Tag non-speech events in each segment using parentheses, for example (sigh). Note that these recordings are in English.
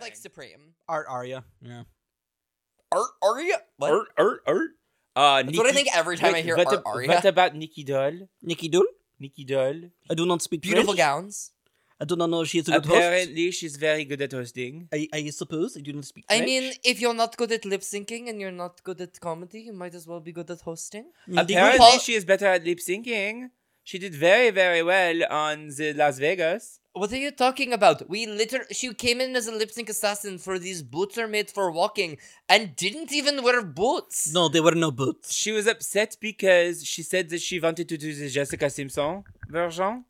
like Supreme. Art Aria. Yeah. Art Aria. What? Art, art, art. Uh, That's what I think every time I hear what, Art ab- Aria. What about Nikki Doll? Nikki Dool. Nikki Doll. I do not speak (laughs) Beautiful French. gowns. I do not know she is a good host. Apparently, she's very good at hosting. I, I suppose I do not speak I French. mean, if you're not good at lip syncing and you're not good at comedy, you might as well be good at hosting. Indeed. Apparently, Paul- she is better at lip syncing. She did very, very well on the Las Vegas. What are you talking about? We liter she came in as a lip sync assassin for these boots are made for walking and didn't even wear boots. No, there were no boots. She was upset because she said that she wanted to do the Jessica Simpson version.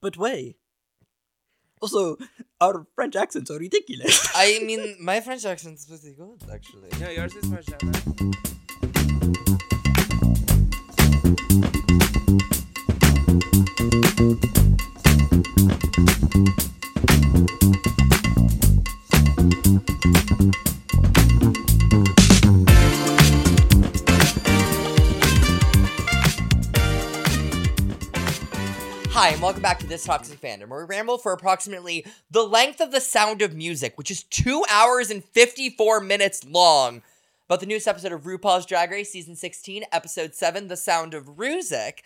But why? Also, our French accents are ridiculous. (laughs) I mean, my French accent's pretty good, actually. No, yours is much better. Hi, and welcome back to This Toxic Fandom, where we ramble for approximately the length of the sound of music, which is two hours and 54 minutes long, about the newest episode of RuPaul's Drag Race, Season 16, Episode 7, The Sound of Ruzik.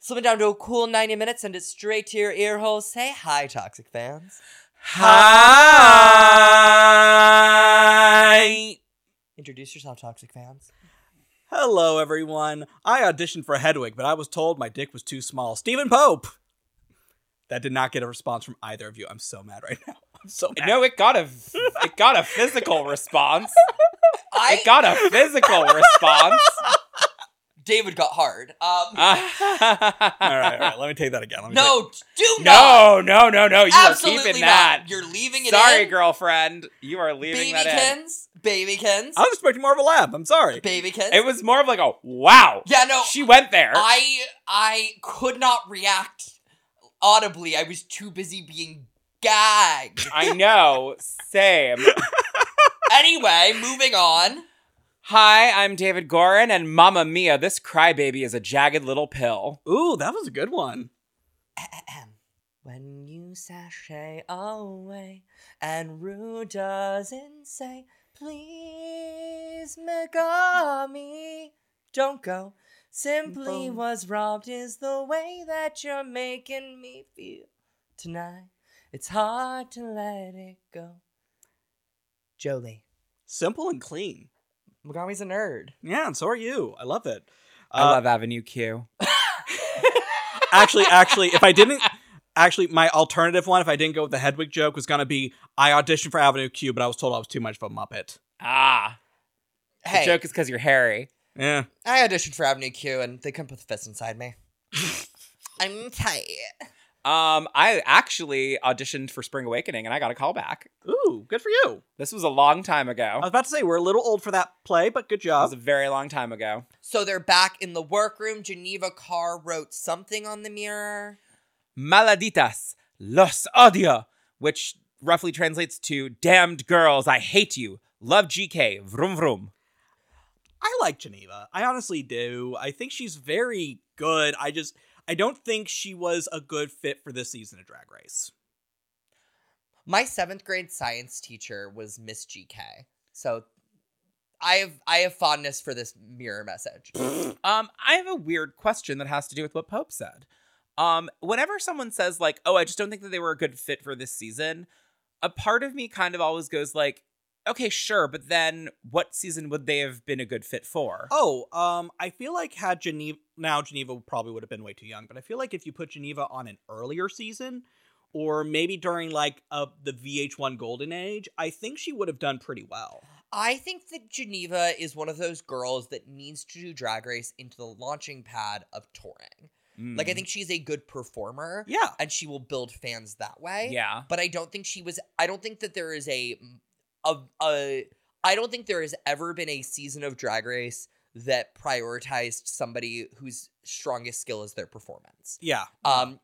Slim it down to a cool 90 minutes, send it straight to your ear hole. Say hi, Toxic fans. Hi. Introduce yourself, Toxic fans. Hello, everyone. I auditioned for Hedwig, but I was told my dick was too small. Stephen Pope. That did not get a response from either of you. I'm so mad right now. (laughs) I'm so mad. No, it got a it got a physical response. I It got (laughs) a physical (laughs) response. David got hard. Um, all right, all right. Let me take that again. Let me no, do not. (laughs) no, no, no, no. You are absolutely keeping not. that. You're leaving it Sorry, in. girlfriend. You are leaving that in. Babykins, babykins, take- I was expecting more of a laugh. I'm sorry. babykins. It was more of like a wow. yeah, no, She went there. I I could not react audibly. I was too busy being (laughs) gagged. (laughs) I know. Same. anyway, moving on. Hi, I'm David Gorin, and Mamma Mia, this crybaby is a jagged little pill. Ooh, that was a good one. When you sashay away and Rue doesn't say, please, Megami, don't go. Simply Boom. was robbed is the way that you're making me feel tonight. It's hard to let it go. Jolie. Simple and clean. Megami's a nerd. Yeah, and so are you. I love it. I Uh, love Avenue Q. (laughs) actually, actually, if I didn't, actually, my alternative one, if I didn't go with the Hedwig joke, was gonna be I auditioned for Avenue Q, but I was told I was too much of a Muppet. Ah. Hey, The joke is because you're hairy. Yeah. I auditioned for Avenue Q and they couldn't put the fist inside me. (laughs) I'm tight. Um, I actually auditioned for Spring Awakening and I got a call back. Ooh, good for you. This was a long time ago. I was about to say we're a little old for that play, but good It job. was a very long time ago. So they're back in the workroom. Geneva Carr wrote something on the mirror. Maladitas, los odio, which roughly translates to damned girls, I hate you. Love GK, vroom vroom. I like Geneva. I honestly do. I think she's very good. I just I don't think she was a good fit for this season of Drag Race. My seventh grade science teacher was Miss GK. So I have I have fondness for this mirror message. Um, I have a weird question that has to do with what Pope said. Um, whenever someone says like, "Oh, I just don't think that they were a good fit for this season," a part of me kind of always goes like, "Okay, sure, but then what season would they have been a good fit for?" Oh, um, I feel like had Geneva now Geneva probably would have been way too young, but I feel like if you put Geneva on an earlier season, or maybe during like uh, the VH1 Golden Age, I think she would have done pretty well. I think that Geneva is one of those girls that needs to do drag race into the launching pad of touring. Hmm, Like I think she's a good performer. Yeah, and she will build fans that way. yeah. But I don't think she was I don't think that there is a a, a I don't think there has ever been a season of drag race that prioritized somebody whose strongest skill is their performance. yeah, Um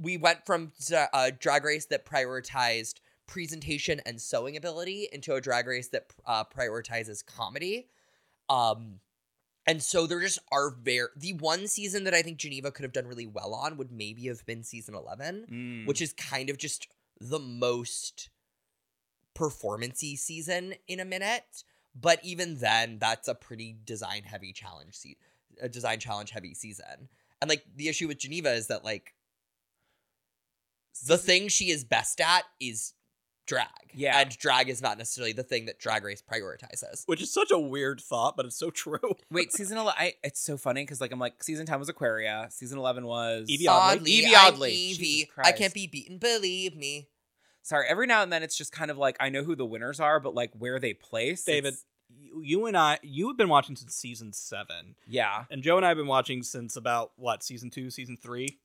we went from uh, drag race that prioritized presentation and sewing ability into a drag race that uh, prioritizes comedy. Um and so there just are very the one season that I think Geneva could have done really well on would maybe have been season 11 Mm. which is kind of just the most performancey season in a minute. But even then, that's a pretty design heavy challenge se- a design challenge heavy season. And like the issue with Geneva is that like the thing she is best at is drag. Yeah. And drag is not necessarily the thing that Drag Race prioritizes. Which is such a weird thought, but it's so (laughs) true. Wait, season eleven. I, it's so funny because like I'm like season ten was Aquaria, season eleven was Evie Oddly. Evie I'm Oddly. Jesus Evie. I Christ. can't be beaten, believe me. Sorry, every now and then it's just kind of like I know who the winners are, but like where they place. David, it's- you, you and I, you have been watching since season seven, yeah, and Joe and I have been watching since about what season two, season three.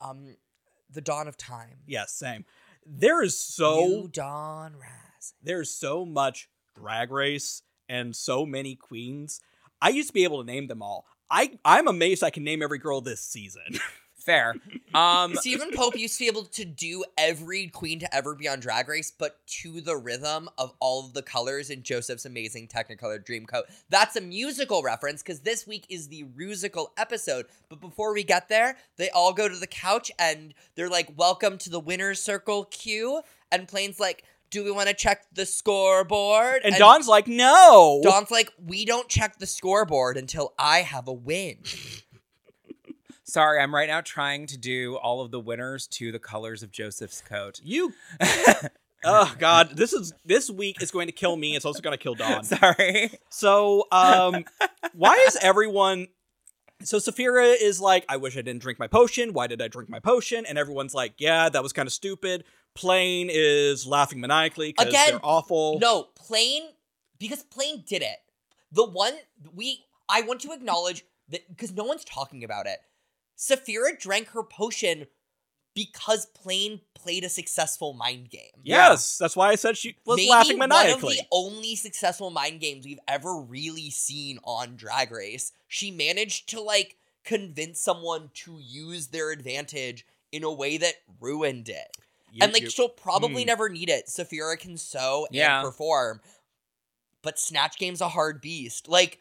Um the dawn of time. Yes, same. There is so New dawn rise. there's so much drag race and so many queens. I used to be able to name them all. I I'm amazed I can name every girl this season. fair. (laughs) Um, Stephen Pope used to be able to do every queen to ever be on Drag Race, but to the rhythm of all of the colors in Joseph's amazing Technicolor Dreamcoat. That's a musical reference because this week is the Rusical episode. But before we get there, they all go to the couch and they're like, "Welcome to the winner's circle queue." And Plain's like, "Do we want to check the scoreboard?" And, Dawn's like, no. Dawn's like, "We don't check the scoreboard until I have a win." sorry, I'm right now trying to do all of the winners to the colors of Joseph's coat. you. oh God, this is this week is going to kill me. It's also going to kill Dawn. (laughs) Sorry. So, um, why is everyone? So Saphira is like, I wish I didn't drink my potion. Why did I drink my potion? And everyone's like, Yeah, that was kind of stupid. Plain is laughing maniacally because Again, they're awful. No, Plane because Plane did it. The one we I want to acknowledge that because no one's talking about it. Saphira drank her potion because Plane played a successful mind game. Yes, that's why I said she was Maybe laughing One maniacally. of the only successful mind games we've ever really seen on Drag Race. She managed to like convince someone to use their advantage in a way that ruined it and like she'll probably Mm. never need it. Saphira can sew Hmm. Yeah. and perform, but Snatch Game's a hard beast. Like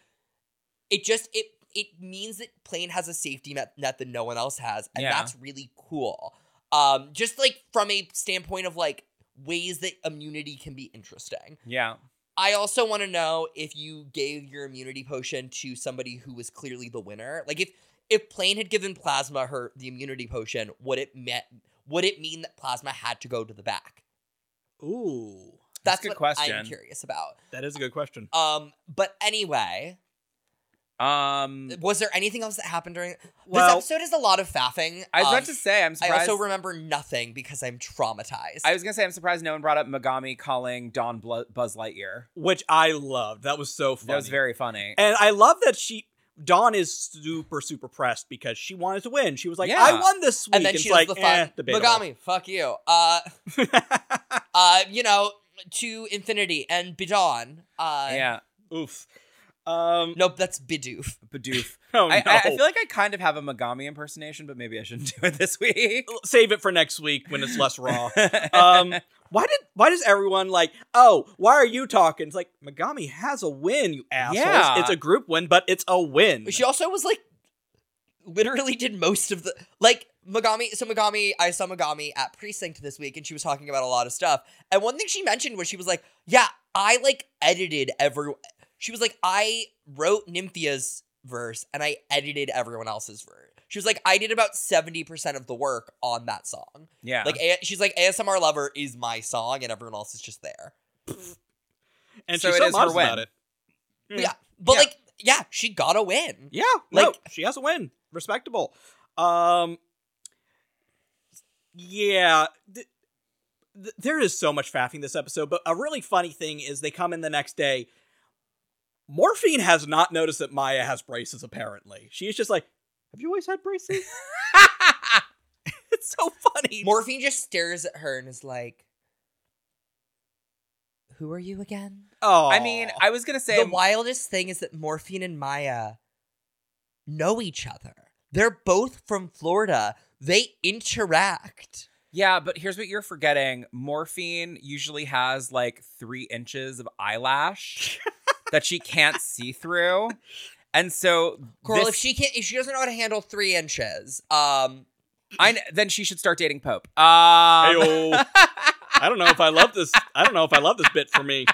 it just it it means that Plane has a safety net, net that no one else has, and Yeah. that's really cool. Um, just like from a standpoint of like ways that immunity can be interesting. Yeah. I also want to know if you gave your immunity potion to somebody who was clearly the winner. Like if if Plane had given Plasma her the immunity potion, would it met would it mean that Plasma had to go to the back? Ooh, That's, That's a good what I'm question. curious about. that is a good question. Um, but anyway, Um, was there anything else that happened during Well- this episode? Is a lot of faffing. I was Um, about to say I'm I surprised. also remember nothing because I'm traumatized. I was gonna say I'm surprised no one brought up Megami calling Don Blu- Buzz Lightyear. Which I loved. That was so funny. That was very funny. and I love that she Dawn is super super pressed because she wanted to win. She was like, Yeah. I won this week. and then it's she does like, the eh, fun debatable. Megami, fuck you. Uh, uh, you know, to infinity and beyond. Uh, yeah, (laughs) Oof. Um, Nope, that's Bidoof. Badoof. oh I, no. I, I feel like I kind of have a Megami impersonation, but maybe I shouldn't (laughs) do it this week. Save it for next week when it's less raw. (laughs) um, why did why does everyone like? Oh, why are you talking? It's like Megami has a win, you assholes. Yeah. It's a group win, but it's a win. She also was like, literally did most of the like Megami. So Megami, I saw Megami at precinct this week, and she was talking about a lot of stuff. And one thing she mentioned was she was like, "Yeah, I like edited every." She was like, "I wrote Nymphia's verse, and I edited everyone else's verse." She was like, "I did about seventy percent of the work on that song." (laughs) yeah, Like, a- she's like, "ASMR Lover is my song, and everyone else is just there." and so she's it is so her modest win. about it. But yeah, but Yeah. like, yeah, she got a win. Yeah, Like- like she has a win, respectable. Um, yeah, th- th- there is so much faffing this episode, but a really funny thing is they come in the next day. Morphine has not noticed that Maya has braces. Apparently, she is just like, "Have you always had (laughs) braces?" (laughs) it's so funny. Morphine just stares at her and is like, "Who are you again?" oh, I mean, I was gonna say The wildest thing is that Morphine and Maya know each other. They're both from Florida. They interact. Yeah, but here's what you're forgetting. Morphine usually has like three inches of (laughs) eyelash that she can't see through. And so Coral, this- if she can't, if she doesn't know how to handle three inches, um, (laughs) I kn- then she should start dating Pope. Um, Ayo. I don't know if I love this. I don't know if I love this bit for me.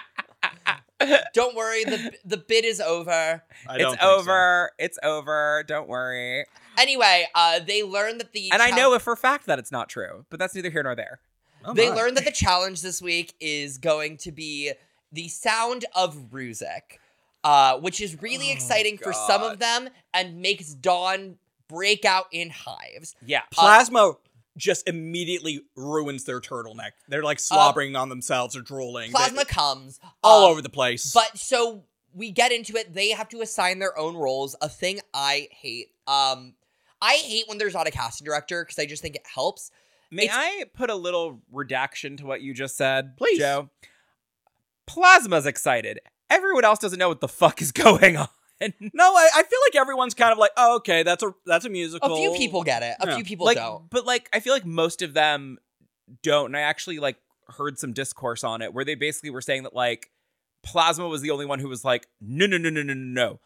Don't worry, (laughs) the the bid is over. I don't It's think so. over. It's over. Don't worry. Anyway, uh, they learned that the And I chal- know for a fact that it's not true, but that's neither here nor there. Oh, they my. learned that the challenge this week is going to be the sound of Ruzik, uh, which is really Oh, exciting for some God. of them and makes Dawn break out in hives. Yeah. Plasma just immediately ruins their turtleneck. They're like slobbering on themselves or drooling. They- Uh, Plasma comes all um, over the place. But so we get into it. They have to assign their own roles. A thing I hate. Um, I hate when there's not a casting director because I just think it helps. May It's- I put a little redaction to what you just said, Please. Joe? Plasma's excited. Everyone else doesn't know what the fuck is (laughs) going on. no, I, I feel like everyone's kind of like, oh, okay, that's a that's a musical. A few people get it. A Yeah. few people like, don't. but like, I feel like most of them don't. And I actually like heard some discourse on it where they basically were saying that like Plasma was the only one who was like, no, no, no, no, no, no, no.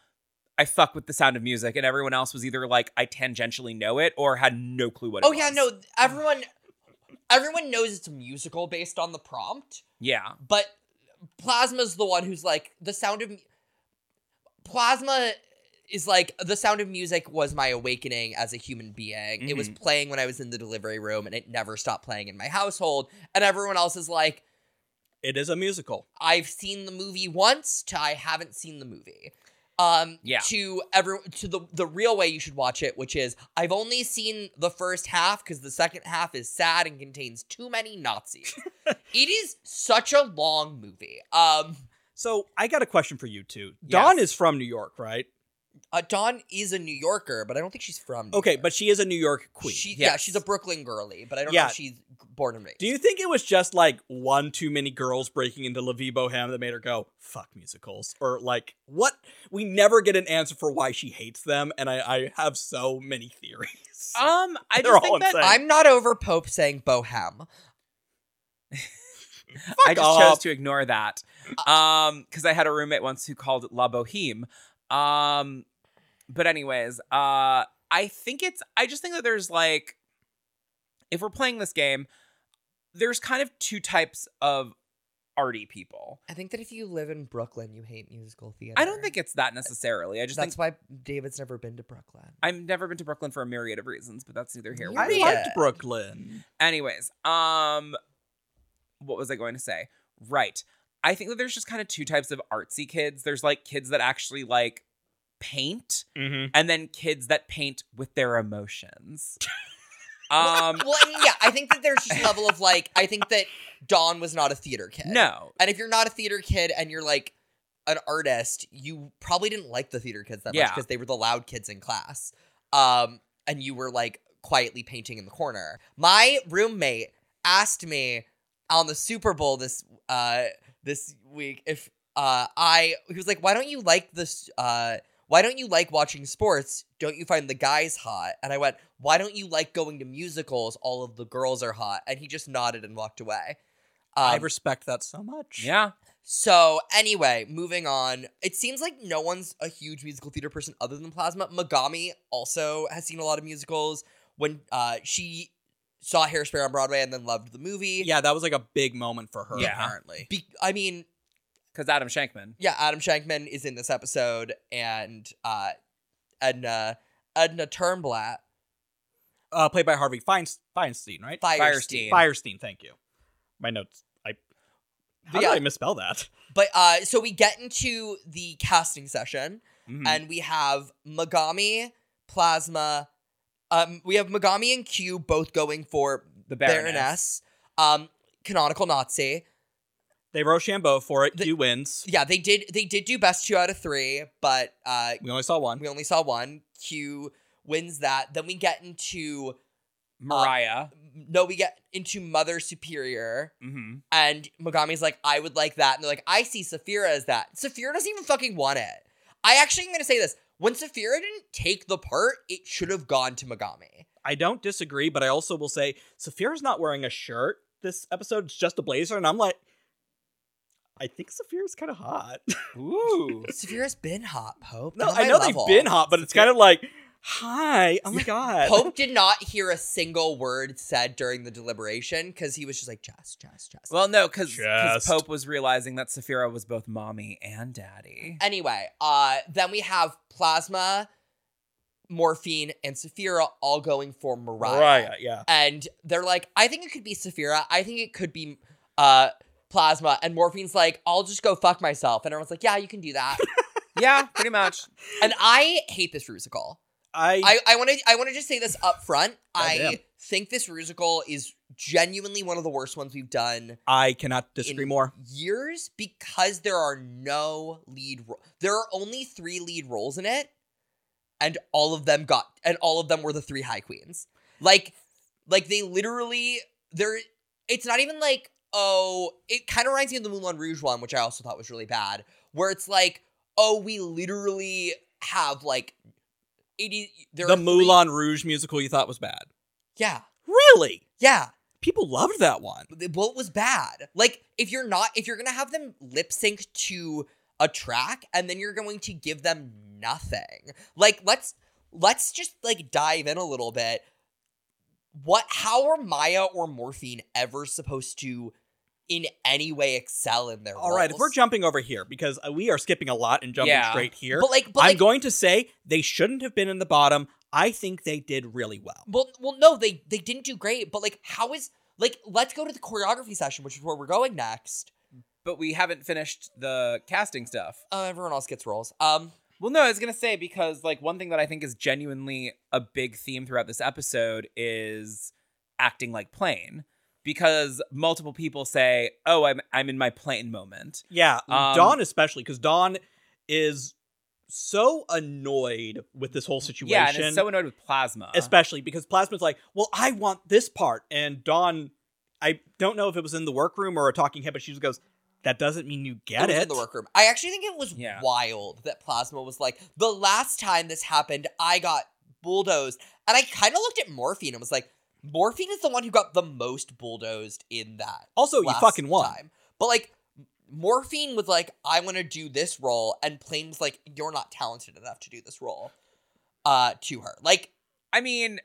I fuck with the sound of music, and everyone else was either like, I tangentially know it, or had no clue what. it Oh yeah, was. no. Everyone, everyone knows it's a musical based on the prompt. yeah. but plasma's the one who's like the sound of mu- plasma is like the sound of music was my awakening as a human being it was playing when i was in the delivery room and it never stopped playing in my household and everyone else is like It is a musical. i've seen the movie once to i haven't seen the movie um Yeah. to every to the the real way you should watch it which is i've only seen the first half because the second half is sad and contains too many nazis it is such a long movie um So I got a question for you two. Dawn Yes. is from New York, right? Uh, Dawn is a New Yorker, but I don't think she's from. New Okay, York. but she is a New York queen. she, yeah, yes. she's a Brooklyn girly, but I don't know Yeah. if she's born and raised. Do you think it was just like one too many girls breaking into La Vie Bohème that made her go fuck musicals, or like what? We never get an answer for why she hates them, and I, I have so many theories. Um, (laughs) I They're just all think that insane. I'm not over Pope saying bohem. I Fuck just off. chose to ignore that. Um, because I had a roommate once who called it La Boheme. Um, but anyways, uh, I think it's. I just think that there's like, if we're playing this game, there's kind of two types of arty people. I think that if you live in Brooklyn, you hate musical theater. I don't think it's that necessarily. I just that's think why David's never been to Brooklyn. I've never been to Brooklyn for a myriad of reasons, but that's neither here. nor I Myriad. there. liked Brooklyn. Anyways, um what was I going to say? Right. I think that there's just kind of two types of artsy kids. There's like kids that actually like paint Mm-hmm. and then kids that paint with their emotions. um well, I mean, yeah, I think that there's just a level of like, I think that Dawn was not a theater kid. no. and if you're not a theater kid and you're like an artist, you probably didn't like the theater kids that much Yeah. because they were the loud kids in class. Um, and you were like quietly painting in the corner. My roommate asked me on the Super Bowl this uh this week if uh I he was like, why don't you like this uh why don't you like watching sports? Don't you find the guys hot? And I went, why don't you like going to musicals? All of the girls are hot. And he just nodded and walked away. I Um, respect that so much. Yeah. so anyway, moving on. It seems like no one's a huge musical theater person other than Plasma. Megami also has seen a lot of musicals. When uh, she saw Hairspray on Broadway and then loved the movie. yeah, that was like a big moment for her. Yeah. Apparently, Be- I mean, Cuz Adam Shankman. yeah, Adam Shankman is in this episode, and uh, Edna Edna Turnblatt uh, played by Harvey Feinst- Feinstein, right? Firestein. Firestein. Firestein. Thank you. My notes. I how Yeah. did I misspell that? But uh, so we get into the casting session. Hmm. Mhm. and we have Megami, Plasma. Um, we have Megami and Q both going for the Baroness. Baroness, um, canonical Nazi. (laughs) They Rochambeau for it. The- Q wins. Yeah, they did. They did do best two out of three, but uh, We only saw one. we only saw one. Q wins that. Then we get into Mariah. no, we get into Mother Superior, mhm. and Megami's like, "I would like that," and they're like, "I see Saphira as that." Saphira doesn't even fucking want it. I actually am gonna say this: when Saphira didn't take the part, it should have gone to Megami. I don't disagree, but I also will say Saphira's not wearing a shirt this episode. It's just a blazer, and I'm like, I think Saphira's kind of hot. Ooh. Saphira's been hot, Pope. no, Get on (laughs) I my know level. they've been hot, but it's kind of like, hi. (laughs) Oh my god. Pope did not hear a single word said during the deliberation because he was just like, just, just, just. Well, no, because Just. Pope was realizing that Saphira was both mommy and daddy. anyway, uh, then we have Plasma, Morphine, and Saphira all going for Mariah. Mariah, uh, yeah. And they're like, I think it could be Saphira. I think it could be uh, Plasma. And Morphine's like, I'll just go fuck myself. And everyone's like, yeah, you can do that. yeah, pretty much. and I hate this Rusical. I, I, I want to I want to just say this up front. Goddamn. I think this Rusical is genuinely one of the worst ones we've done I cannot disagree in more. years because there are no lead ro- there are only 3 lead roles in it and all of them got and all of them were the three high queens. Like like they literally there it's not even like oh it kind of reminds me of the Moulin Rouge one which I also thought was really bad where it's like oh we literally have like 80 there The are three- Moulin Rouge musical you thought was bad. Yeah. Really? Yeah. People loved that one. But the boat was bad. Like if you're not if you're gonna have them lip sync to a track and then you're going to give them nothing. Like let's let's just like dive in a little bit. What how are Maya or Morphine ever supposed to in any way excel in their All right, if roles? we're jumping over here because uh, we are skipping a lot and jumping Yeah. straight here, but like but I'm like going to say they shouldn't have been in the bottom. I think they did really well. well well no they they didn't do great but like how is like let's go to the choreography session which is where we're going next. But we haven't finished the casting stuff. Uh, everyone else gets roles. Um Well, no, I was gonna say because like one thing that I think is genuinely a big theme throughout this episode is acting like plain. Because multiple people say, "Oh, I'm I'm in my plain moment." Yeah, Um, Dawn especially because Dawn is so annoyed with this whole situation. Yeah, and it's so annoyed with plasma. Uh-huh. especially because Plasma's like, "Well, I want this part," and Dawn, I don't know if it was in the workroom or a talking head, but she just goes, "That doesn't mean you it get it." was in the workroom. I actually think it was Yeah. wild that Plasma was like, the last time this happened, I got bulldozed. And I kind of looked at Morphine and was like, Morphine is the one who got the most bulldozed in that. Also, Oh, you last fucking won. Time. But like, Morphine was like, I want to do this role. And Plain was like, you're not talented enough to do this role uh, to her. Like, I mean,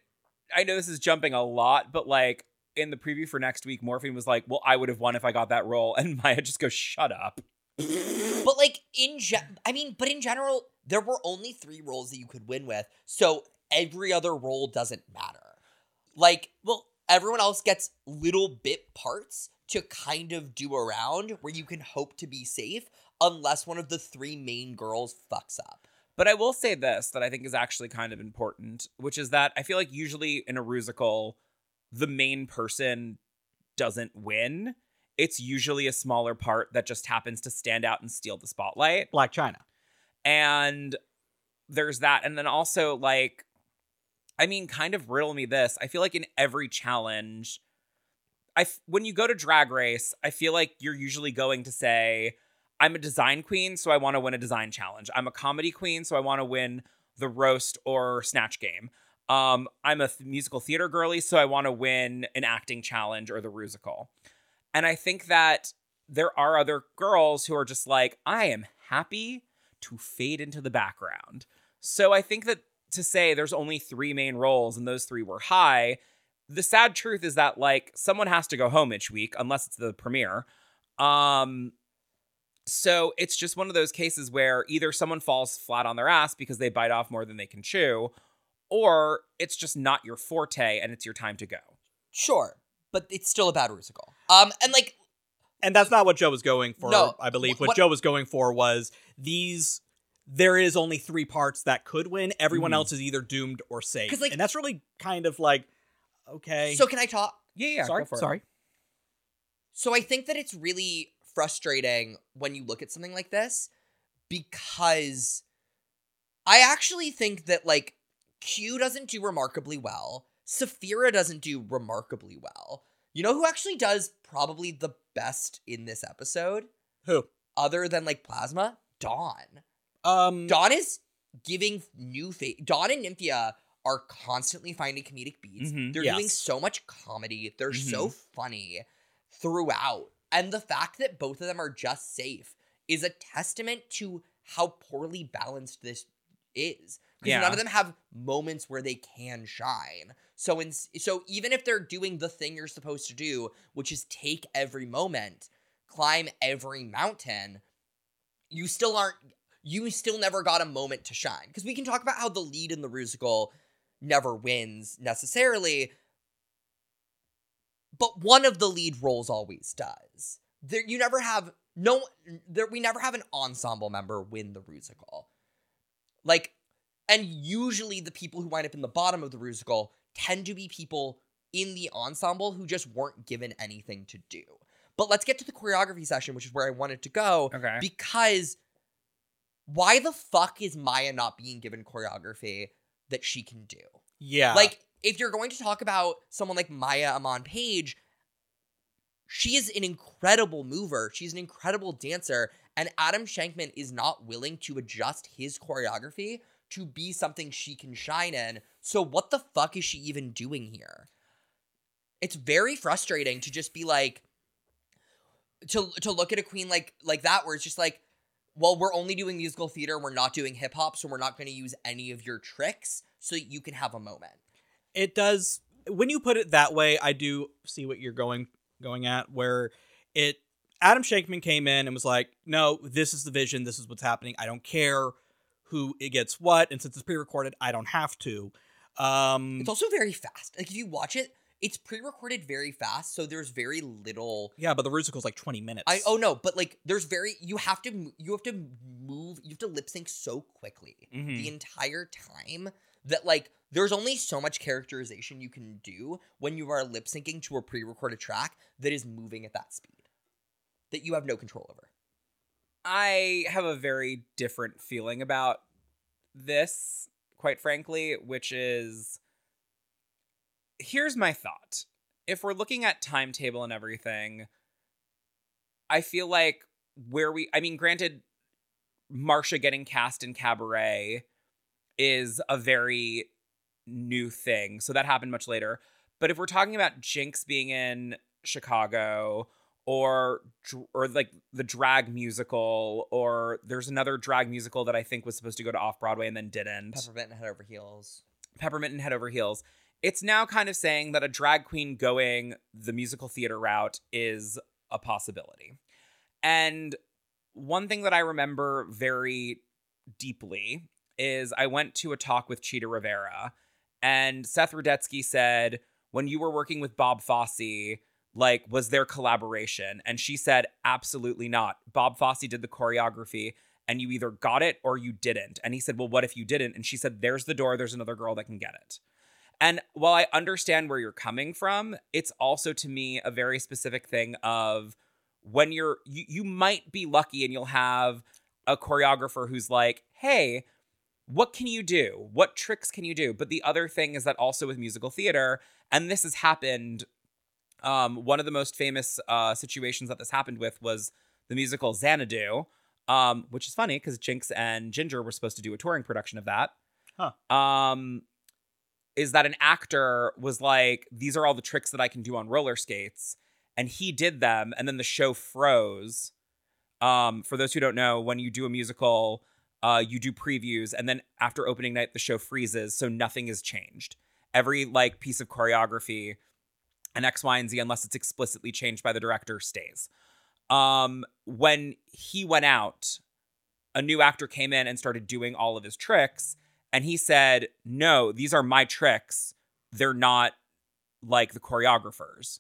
I know this is jumping a lot, but like in the preview for next week, Morphine was like, "Well, I would have won if I got that role," (laughs) and Maya just goes, "Shut up." But like in gen- I mean, but in general, there were only three roles that you could win with, so every other role doesn't matter. Like, well, everyone else gets little bit parts to kind of do around where you can hope to be safe, unless one of the three main girls fucks up. But I will say this that I think is actually kind of important, which is that I feel like usually in a rusical, the main person doesn't win. It's usually a smaller part that just happens to stand out and steal the spotlight. Black China. And there's that. And then also, like, I mean, kind of riddle me this. I feel like in every challenge, I f- when you go to drag race, I feel like you're usually going to say, I'm a design queen, so I want to win a design challenge. I'm a comedy queen, so I want to win the roast or snatch game. Um, I'm a th- musical theater girly, so I want to win an acting challenge or the rusical. And I think that there are other girls who are just like, I am happy to fade into the background. So I think that to say there's only three main roles and those three were high, the sad truth is that like someone has to go home each week unless it's the premiere. Um so it's just one of those cases where either someone falls flat on their ass because they bite off more than they can chew or it's just not your forte and it's your time to go. Sure, but it's still a bad musical. Um, and like And that's not what Joe was going for, No, I believe. wh- what, what- Joe was going for was these there is only three parts that could win. Everyone Mhm. else is either doomed or safe. Mm-hmm. 'Cause, like- and that's really kind of like okay. So can I talk? Yeah, yeah, sorry, go for it. sorry. So I think that it's really frustrating when you look at something like this because I actually think that like Q doesn't do remarkably well. Saphira doesn't do remarkably well. You know who actually does probably the best in this episode Who? other than like Plasma? Dawn. Um Dawn is giving new face. Dawn and Nymphia are constantly finding comedic beats. Mhm, They're doing Mm-hmm, yes. Mm-hmm. so much comedy. They're so funny throughout. And the fact that both of them are just safe is a testament to how poorly balanced this is. because Yeah. none of them have moments where they can shine. So in so even if they're doing the thing you're supposed to do, which is take every moment, climb every mountain, you still aren't you still never got a moment to shine. Because we can talk about how the lead in the musical never wins necessarily, but one of the lead roles always does. There you never have no there we never have an ensemble member win the musical. Like and usually the people who wind up in the bottom of the musical tend to be people in the ensemble who just weren't given anything to do. But let's get to the choreography session, which is where I wanted to go Okay. because why the fuck is Maya not being given choreography that she can do? Yeah. Like, if you're going to talk about someone like Maya Amon Page, she is an incredible mover. She's an incredible dancer. And Adam Shankman is not willing to adjust his choreography to be something she can shine in. So, what the fuck is she even doing here? It's very frustrating to just be like, to to look at a queen like like that where it's just like well we're only doing musical theater we're not doing hip hop so we're not going to use any of your tricks so that you can have a moment it does when you put it that way i do see what you're going going at where it adam shankman came in and was like no this is the vision this is what's happening i don't care who it gets what and since it's pre-recorded i don't have to um it's also very fast like if you watch it it's pre-recorded very fast so there's very little yeah but the musical's like 20 minutes i oh no but like there's very you have to m- you have to move you have to lip sync so quickly Mhm. Hmm. Mm-hmm. the entire time that like there's only so much characterization you can do when you are lip syncing to a pre-recorded track that is moving at that speed that you have no control over I have a very different feeling about this, quite frankly, which is here's my thought. If we're looking at timetable and everything, I feel like where we, I mean, granted, Marsha getting cast in Cabaret is a very new thing. So that happened much later. But if we're talking about Jinx being in Chicago, or dr- or like the drag musical or there's another drag musical that I think was supposed to go to off Broadway and then didn't. Peppermint and Head Over Heels. Peppermint and Head Over Heels. It's now kind of saying that a drag queen going the musical theater route is a possibility. And one thing that I remember very deeply is I went to a talk with Cheetah Rivera, and Seth Rudetsky said, When you were working with Bob Fosse, like, was there collaboration? And she said, Absolutely not. Bob Fosse did the choreography, and you either got it or you didn't. And he said, Well, what if you didn't? And she said, There's the door, there's another girl that can get it. And while I understand where you're coming from, it's also to me a very specific thing of when you're you, you might be lucky and you'll have a choreographer who's like, hey, what can you do? What tricks can you do? But the other thing is that also with musical theater, and this has happened, um, one of the most famous uh, situations that this happened with was the musical Xanadu, um, which is funny because Jinx and Ginger were supposed to do a touring production of that. Huh. Um, is that an actor was like, these are all the tricks that I can do on roller skates. And he did them, and then the show froze. Um, for those who don't know, when you do a musical, uh, you do previews, and then after opening night, the show freezes, so nothing is changed. Every like piece of choreography and X, Y, and Z, unless it's explicitly changed by the director, stays. Um, when he went out, a new actor came in and started doing all of his tricks, and he said, No, these are my tricks. They're not like the choreographers.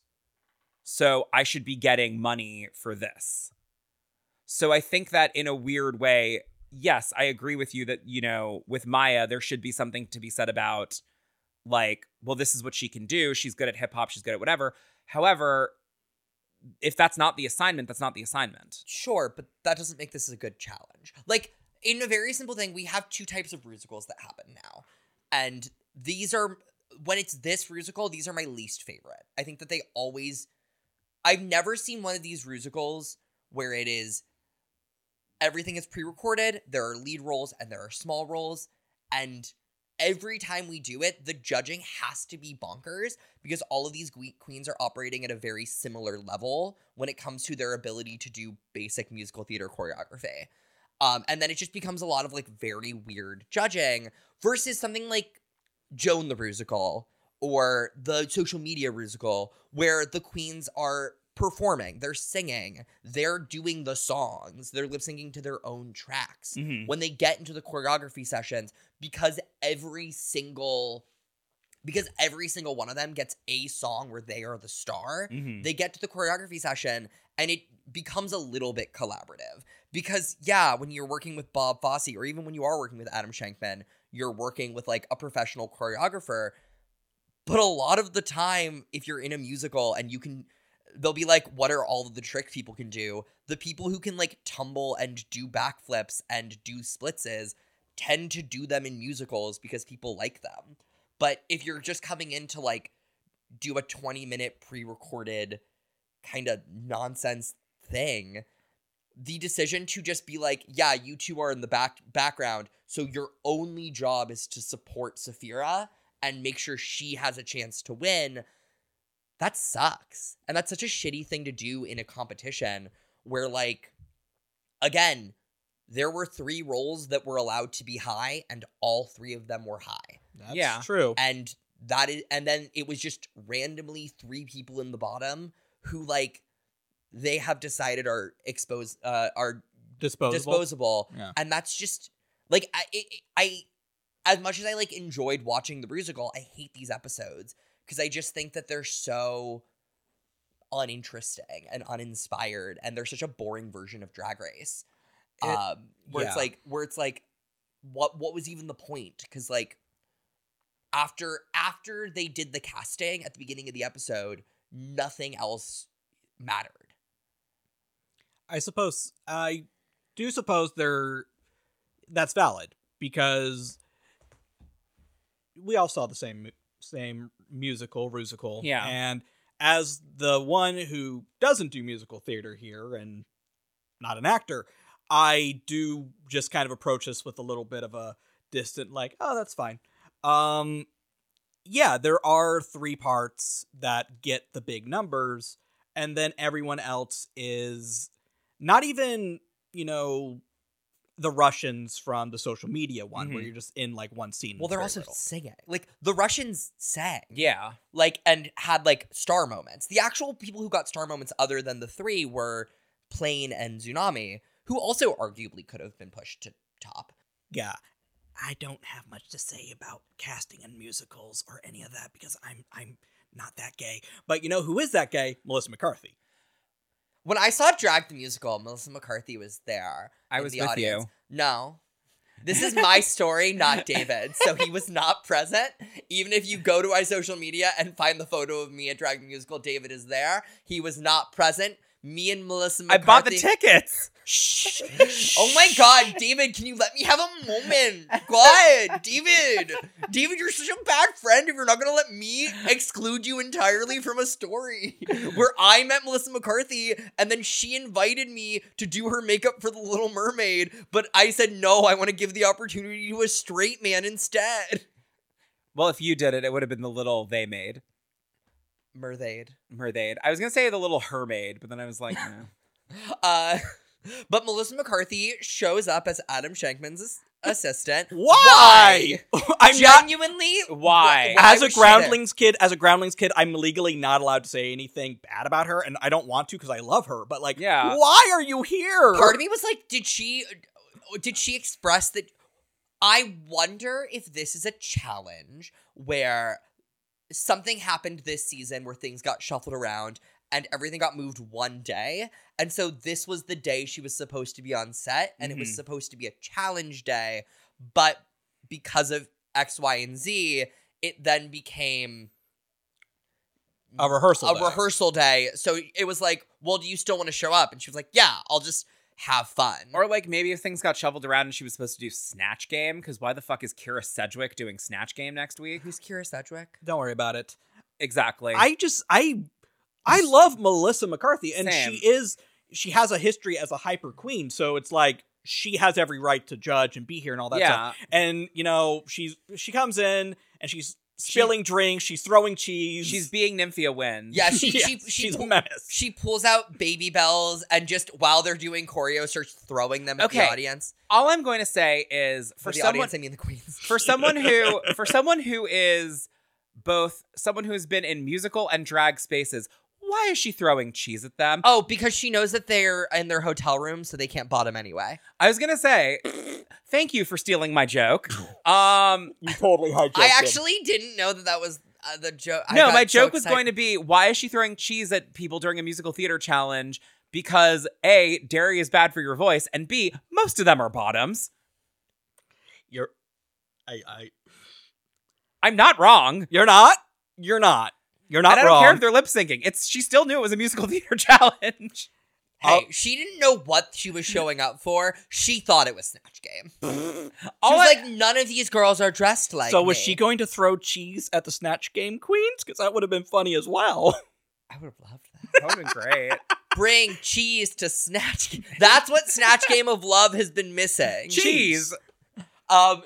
So I should be getting money for this. So I think that in a weird way, yes, I agree with you that, you know, with Maya, there should be something to be said about like, well, this is what she can do. She's good at hip hop, she's good at whatever. However, if that's not the assignment, that's not the assignment. Sure, but that doesn't make this a good challenge. Like, in a very simple thing, we have two types of musicals that happen now. And these are, when it's this musical, these are my least favorite. I think that they always, I've never seen one of these musicals where it is everything is pre recorded, there are lead roles, and there are small roles. And every time we do it, the judging has to be bonkers because all of these que- queens are operating at a very similar level when it comes to their ability to do basic musical theater choreography. Um, and then it just becomes a lot of like very weird judging versus something like Joan the Rusical or the social media Rusical, where the queens are performing, they're singing, they're doing the songs, they're lip syncing to their own tracks. Mm-hmm. Mhm. When they get into the choreography sessions, because every single because every single one of them gets a song where they are the star, Mm-hmm. Hmm. Mhm. they get to the choreography session and it becomes a little bit collaborative because yeah when you're working with bob fosse or even when you are working with adam shankman you're working with like a professional choreographer but a lot of the time if you're in a musical and you can they'll be like what are all of the tricks people can do the people who can like tumble and do backflips and do splitses tend to do them in musicals because people like them but if you're just coming in to like do a 20 minute pre-recorded kind of nonsense thing the decision to just be like yeah you two are in the back background so your only job is to support Saphira and make sure she has a chance to win that sucks and that's such a shitty thing to do in a competition where like again there were three roles that were allowed to be high and all three of them were high That's Yeah. true. and that is and then it was just randomly three people in the bottom who like they have decided are exposed uh are Disposable. disposable, Yeah. and that's just like I, it, it- I as much as I like enjoyed watching the musical, I hate these episodes because I just think that they're so uninteresting and uninspired, and they're such a boring version of Drag Race, It- um, where yeah. it's like where it's like what what was even the point? Because like after after they did the casting at the beginning of the episode, nothing else mattered. I suppose I do suppose they're that's valid because we all saw the same mu- same musical rusical Yeah. and as the one who doesn't do musical theater here and not an actor I do just kind of approach this with a little bit of a distant like oh that's fine um yeah there are three parts that get the big numbers and then everyone else is not even you know the russians from the social media one where Mhm. you're just in like one scene Mm-hmm. Well, with they're Mm, very also little. singing. Like the Russians sang. Yeah. like and had like star moments. The actual people who got star moments other than the three were Plane and Tsunami, who also arguably could have been pushed to top. yeah i don't have much to say about casting in musicals or any of that because i'm i'm not that gay but you know who is that gay melissa mccarthy When I saw Drag the Musical, Melissa McCarthy was there. I in was the with audience. you. No. This is my story, (laughs) not David. So he was not present. Even if you go to my social media and find the photo of me at Drag the Musical, David is there. He was not present. Me and Melissa I McCarthy. bought the tickets. Shh. (laughs) Oh my god, David, can you let me have a moment? (laughs) God, David. David, you're such a bad friend if you're not gonna let me exclude you entirely from a (laughs) story where I met Melissa McCarthy and then she invited me to do her makeup for The Little Mermaid, but I said no, I wanna give the opportunity to a straight man instead. Well, if you did it, it would have been the little they made. Mermaid. Mermaid. I was gonna say the little hermaid, but then I was like, no. Uh (laughs) but Melissa McCarthy shows up as Adam Shankman's as- assistant. (laughs) why, i'm not Genuinely, "Uh, Why? why as a was she there? groundlings kid as a groundlings kid i'm legally not allowed to say anything bad about her and i don't want to because i love her but like Yeah. why are you here part of me was like did she did she express that i wonder if this is a challenge where something happened this season where things got shuffled around and everything got moved one day and so this was the day she was supposed to be on set and it was Mm-hmm. Mhm. supposed to be a challenge day but because of x y and z it then became a rehearsal a day. rehearsal day so it was like well do you still want to show up and she was like yeah i'll just have fun Or like maybe if things got shoveled around and she was supposed to do Snatch Game, because why the fuck is Kira Sedgwick doing Snatch Game next week? Who's Kira Sedgwick? don't worry about it Exactly. I just I I love Melissa McCarthy and Same. she is she has a history as a hyper queen, so it's like she has every right to judge and be here and all that stuff. yeah. And you know, she's she comes in and she's spilling drinks. She's throwing cheese. She's being Nymphia Wynn. Yeah, she, (laughs) Yeah, she, she, she's pu- a mess. she pulls out baby bells and just while they're doing choreo, starts throwing them at Okay. the audience. All I'm going to say is for For the someone audience, I mean the queens. (laughs) for someone who for someone who is both someone who has been in musical and drag spaces, why is she throwing cheese at them? Oh, because she knows that they're in their hotel room, so they can't bottom anyway. I was gonna say, thank you for stealing my joke. Um, you totally hijacked. I actually didn't know that that was uh, the joke. I no, got my so joke was going to be, why is she throwing cheese at people during a musical theater challenge? Because a dairy is bad for your voice, and b most of them are bottoms. You're, I, I, I'm not wrong. you're not. You're not. You're not and I don't wrong. care if they're lip syncing. It's she still knew it was a musical (laughs) theater challenge. Hey, she didn't know what she was showing up for. She thought it was (laughs) Snatch Game. She All was I- like, none of these girls are dressed like so was me." she going to throw cheese at the snatch game queens? Because that would have been funny as well. (laughs) I would have loved that. that would have been great. Bring cheese to Snatch Game. That's what Snatch Game of Love has been (laughs) missing. cheese. Um,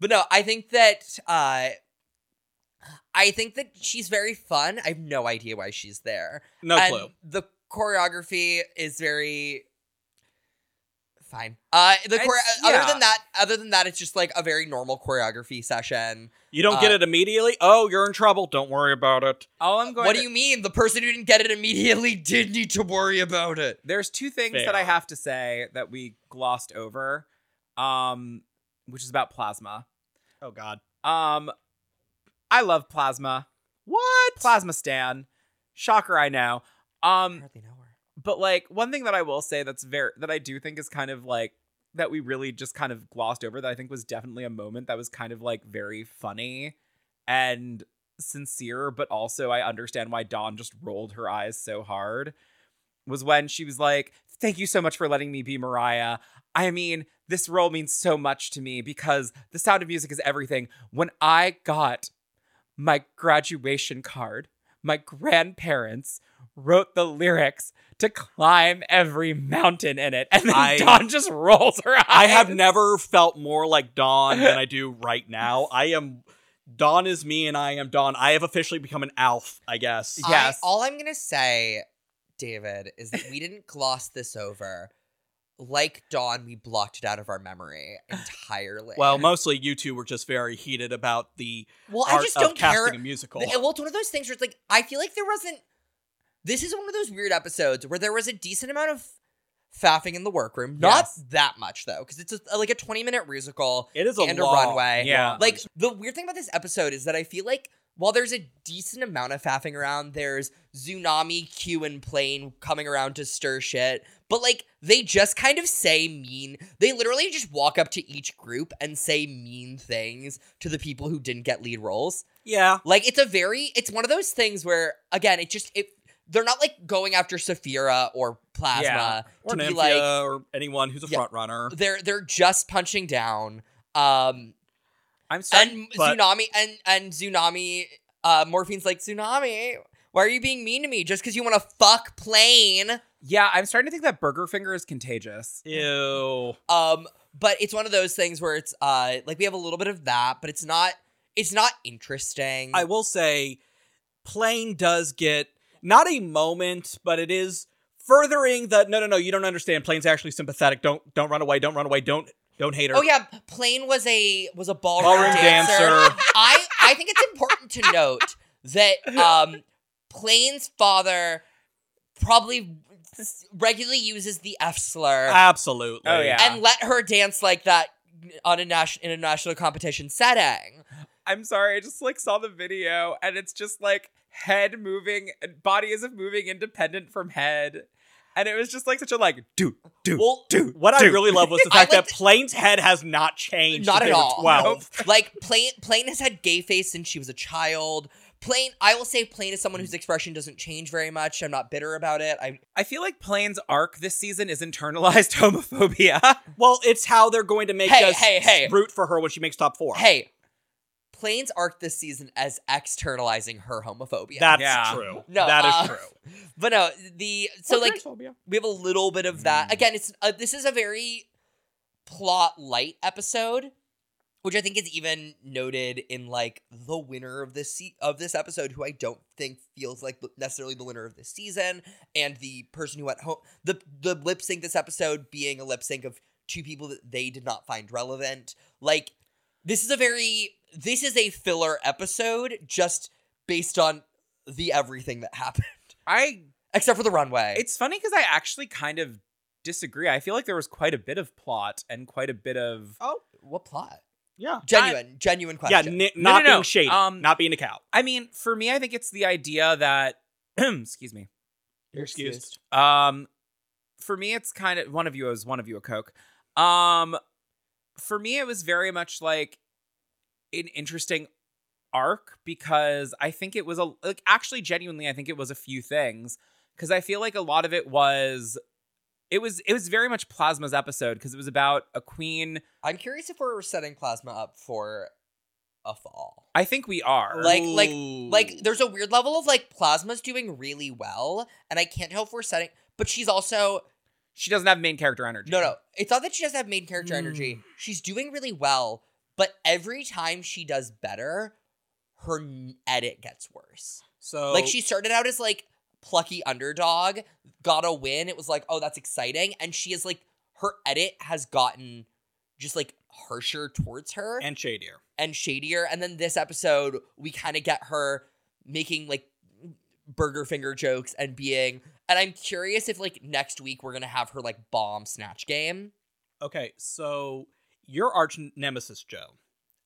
but no, I think that uh, I think that she's very fun. I have no idea why she's there. No And clue. The choreography is very fine. Uh, the chore- It's- other yeah. than that, other than that, it's just like a very normal choreography session. You don't get uh, it immediately. Oh, you're in trouble. Don't worry about it. All I'm going. What to- do you mean? The person who didn't get it immediately did need to worry about it. There's two things Fair. that I have to say that we glossed over, um, which is about plasma. Oh God. Um, I love plasma. What? Plasma Stan. Shocker, I know. Um, Hardly know her. but like one thing that I will say that's very that I do think is kind of like that we really just kind of glossed over that I think was definitely a moment that was kind of like very funny and sincere, but also I understand why Dawn just rolled her eyes so hard. Was when she was like, Thank you so much for letting me be Mariah. I mean, this role means so much to me because the sound of music is everything. When I got my graduation card, my grandparents wrote the lyrics to climb every mountain in it. And then I- Dawn just rolls her eyes. I have never felt more like Dawn than I do right now. I am Dawn is me and I am Dawn. I have officially become an elf, I guess. I- Yes. all I'm gonna say, David, is that we didn't gloss this over. Like Dawn, we blocked it out of our memory entirely. Well, mostly you two were just very heated about the well, art I just of don't casting care. a musical. Th- Well, it's one of those things where it's like I feel like there wasn't. This is one of those weird episodes where there was a decent amount of faffing in the workroom. Not Yes. that much though, because it's a, like a 20 minute musical. It is a and a long, runway. Yeah, Yeah. Like the weird thing about this episode is that I feel like while there's a decent amount of faffing around, there's tsunami, Q, and plane coming around to stir shit. But like they just kind of say mean. They literally just walk up to each group and say mean things to the people who didn't get lead roles. yeah. Like it's a very, it's one of those things where again, it just it. They're not like going after Saphira or Plasma Yeah. Or to be Nymphia like or anyone who's a Yeah. front runner. they're they're just punching down. Um, I'm sorry. and but- tsunami and and tsunami uh morphine's like tsunami why are you being mean to me just because you want to fuck plane yeah, I'm starting to think that Burger Finger is contagious. Ew. um but it's one of those things where it's uh like we have a little bit of that but it's not it's not interesting I will say Plane does get not a moment, but it is furthering the no no no, you don't understand. Plane's actually sympathetic. Don't don't run away, don't run away, don't don't hate her. oh yeah plane was a was a ballroom, Ballroom dancer, dancer. i i think it's important to note that um plane's father probably regularly uses the f slur Absolutely. Oh, yeah. and let her dance like that on a national in a national competition setting. I'm sorry, I just like saw the video and it's just like head moving, body is moving independent from head. And it was just like such a like, dude, dude, Well, dude. What I dude. really love was the (laughs) I fact like that Plane's head has not changed. Not at since they were all. (laughs) 12. Like Plain Plain has had gay face since she was a child. Plain I will say Plain is someone whose expression doesn't change very much. I'm not bitter about it. I I feel like Plane's arc this season is internalized (laughs) homophobia. Well, it's how they're going to make Hey, us hey, hey. root for her when she makes top four. hey, Plain's arc this season as externalizing her homophobia. That's Yeah. true. No, that is uh, true. but no, the so like we have a little bit of that. Mm. Again, it's uh, this is a very plot light episode which I think is even noted in like the winner of this se- of this episode, who I don't think feels like necessarily the winner of this season, and the person who at home the the lip sync this episode being a lip sync of two people that they did not find relevant. Like this is a very this is a filler episode just based on the everything that happened (laughs) I except for the runway. It's funny because I actually kind of disagree. I feel like there was quite a bit of plot and quite a bit of. Oh, what plot? yeah. Genuine, genuine question. Yeah, ni- No, not no, no. being shady, Um, not being a cow. I mean, for me, I think it's the idea that. (clears throat) excuse me. You're excused. Um, for me, it's kind of one of you is one of you a Coke. Um, for me, it was very much like an interesting arc because I think it was a like actually genuinely, I think it was a few things because I feel like a lot of it was. It was it was very much Plasma's episode because it was about a queen. I'm curious if we're setting plasma up for a fall. I think we are. Like- like- Ooh. Like, there's a weird level of like plasma's doing really well, and I can't tell if we're setting. But she's also she doesn't have main character energy. no, no. It's not that she doesn't have main character Hmm. energy. She's doing really well, but every time she does better, her n- edit gets worse. so Like she started out as like plucky underdog, got a win. It was like, oh, that's exciting. And she is like, her edit has gotten just like harsher towards her and shadier. and shadier. And then this episode, we kind of get her making like burger finger jokes and being. And I'm curious if like next week we're gonna have her like bomb snatch game. Okay, so your arch nemesis Joe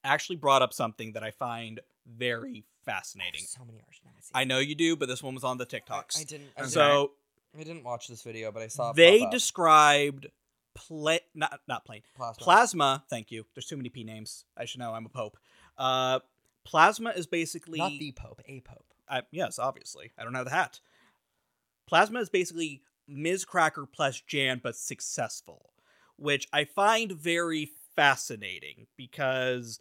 actually brought up something that I find very fascinating. So many arch nemesis. I know you do, but this one was on the I, TikToks. I didn't. I, so didn't, I didn't watch this video, but I saw. it they pop up. described pla- not not plane Plasma. plasma. Thank you. There's too many P names. I should know. I'm a pope. Uh, plasma is basically not the pope, a pope. I, yes, obviously. I don't have the hat. Plasma is basically Ms. Cracker plus Jan, but successful, which I find very fascinating because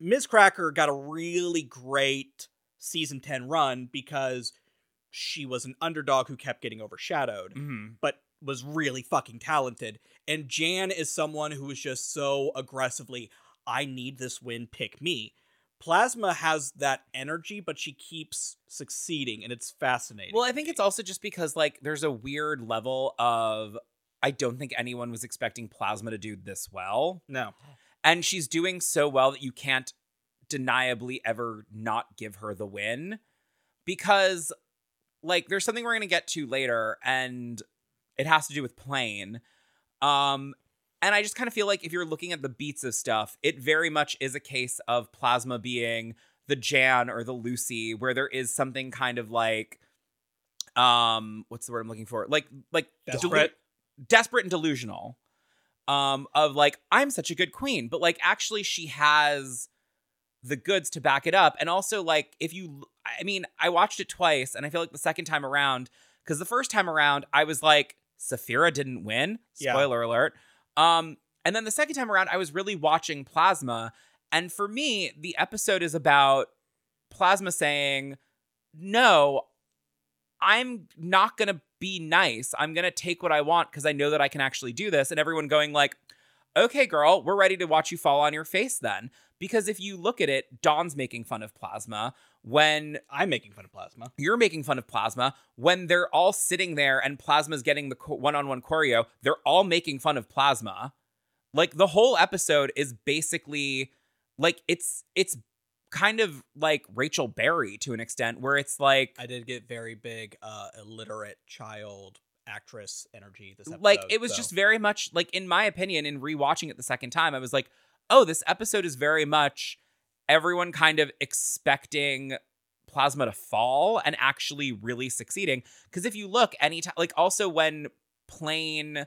Ms. Cracker got a really great season 10 run because she was an underdog who kept getting overshadowed, Mhm. but was really fucking talented. And Jan is someone who is just so aggressively, I need this win, pick me. Plasma has that energy, but she keeps succeeding, and it's fascinating. Well, I to think me. it's also just because like there's a weird level of I don't think anyone was expecting Plasma to do this well. no. and she's doing so well that you can't deniably ever not give her the win because like there's something we're going to get to later and it has to do with plane um and i just kind of feel like if you're looking at the beats of stuff it very much is a case of plasma being the jan or the lucy where there is something kind of like um what's the word i'm looking for like like delu- Desperate. desperate and delusional um of like i'm such a good queen but like actually she has the goods to back it up and also like if you i mean i watched it twice and i feel like the second time around because the first time around i was like Saphira didn't win Yeah. spoiler alert um and then the second time around i was really watching plasma and for me the episode is about plasma saying no I'm not going to be nice. I'm going to take what I want because I know that I can actually do this. And everyone going like, okay, girl, we're ready to watch you fall on your face then. Because if you look at it, Dawn's making fun of Plasma when I'm making fun of Plasma. you're making fun of Plasma when they're all sitting there and Plasma's getting the co- one-on-one choreo. They're all making fun of Plasma. Like the whole episode is basically like it's it's kind of like Rachel Berry to an extent where it's like I did get very big uh illiterate child actress energy this episode. like it was so- just very much like in my opinion in rewatching it the second time i was like oh this episode is very much everyone kind of expecting plasma to fall and actually really succeeding because if you look anytime like also when plane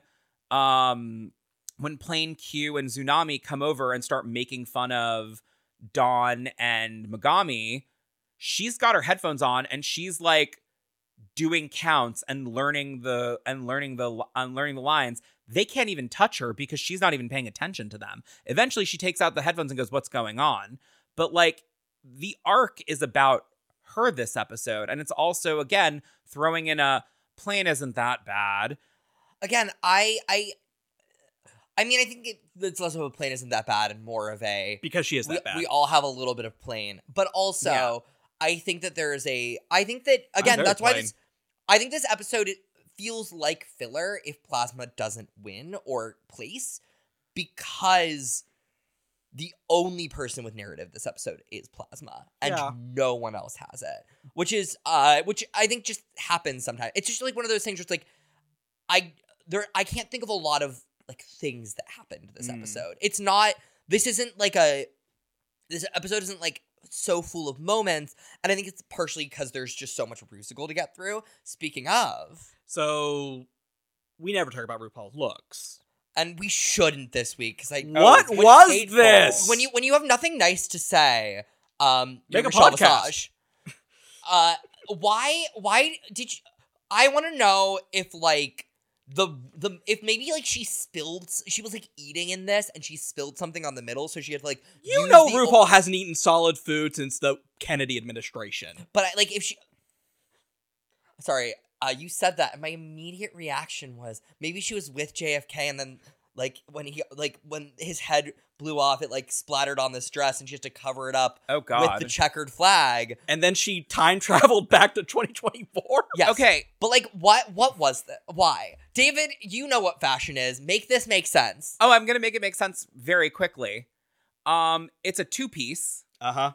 um when plane q and tsunami come over and start making fun of dawn and megami she's got her headphones on and she's like doing counts and learning the and learning the and learning the lines they can't even touch her because she's not even paying attention to them eventually she takes out the headphones and goes what's going on but like the arc is about her this episode and it's also again throwing in a plan isn't that bad Again, I I I mean, I think it, it's less of a plane isn't that bad and more of a because she is we, that bad. we all have a little bit of plane, but also Yeah. I think that there is a I think that again very that's why plain. this I think this episode feels like filler if Plasma doesn't win or place because the only person with narrative this episode is Plasma and Yeah. no one else has it, which is uh which I think just happens sometimes. It's just like one of those things where it's like I there I can't think of a lot of like things that happened this Mm. episode. It's not this isn't like a this episode isn't like so full of moments, and I think it's partially because there's just so much rusical to get through. Speaking of, so we never talk about RuPaul's looks. and we shouldn't this week oh, because I What it's was hateful. this? when you when you have nothing nice to say? Um, you're Make a Michelle podcast. Visage. Uh, why why did you? I want to know if like the the if maybe like she spilled she was like eating in this and she spilled something on the middle so she had to like You use know the- RuPaul hasn't eaten solid food since the Kennedy administration. But I, like, if she, sorry, uh, you said that, and my immediate reaction was maybe she was with JFK, and then like when he like when his head blew off, it like splattered on this dress, and she had to cover it up Oh God. with the checkered flag. And then she time traveled back to 2024. Yes. Okay. But like, what what was that? Why, David? You know what fashion is. Make this make sense. Oh, I'm gonna make it make sense very quickly. Um, it's a two piece. Uh-huh.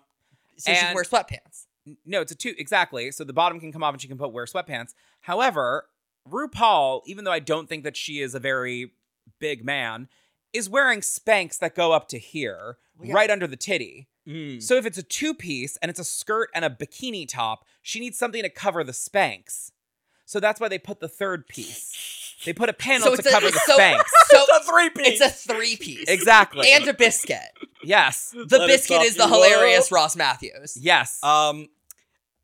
So she can and- wear sweatpants. No, it's a two exactly. So the bottom can come off and she can put wear sweatpants. However, RuPaul, even though I don't think that she is a very big man, is wearing spanks that go up to here, Well, yeah. right under the titty. Mm. So if it's a two piece and it's a skirt and a bikini top, she needs something to cover the spanks. So that's why they put the third piece. They put a panel So to it's a- cover the it's (laughs) so- spanks. (laughs) So It's a it's three-piece. a three piece. Exactly. And a biscuit. yes. The Let it biscuit soften is the you up. hilarious Ross Matthews. Yes. Um,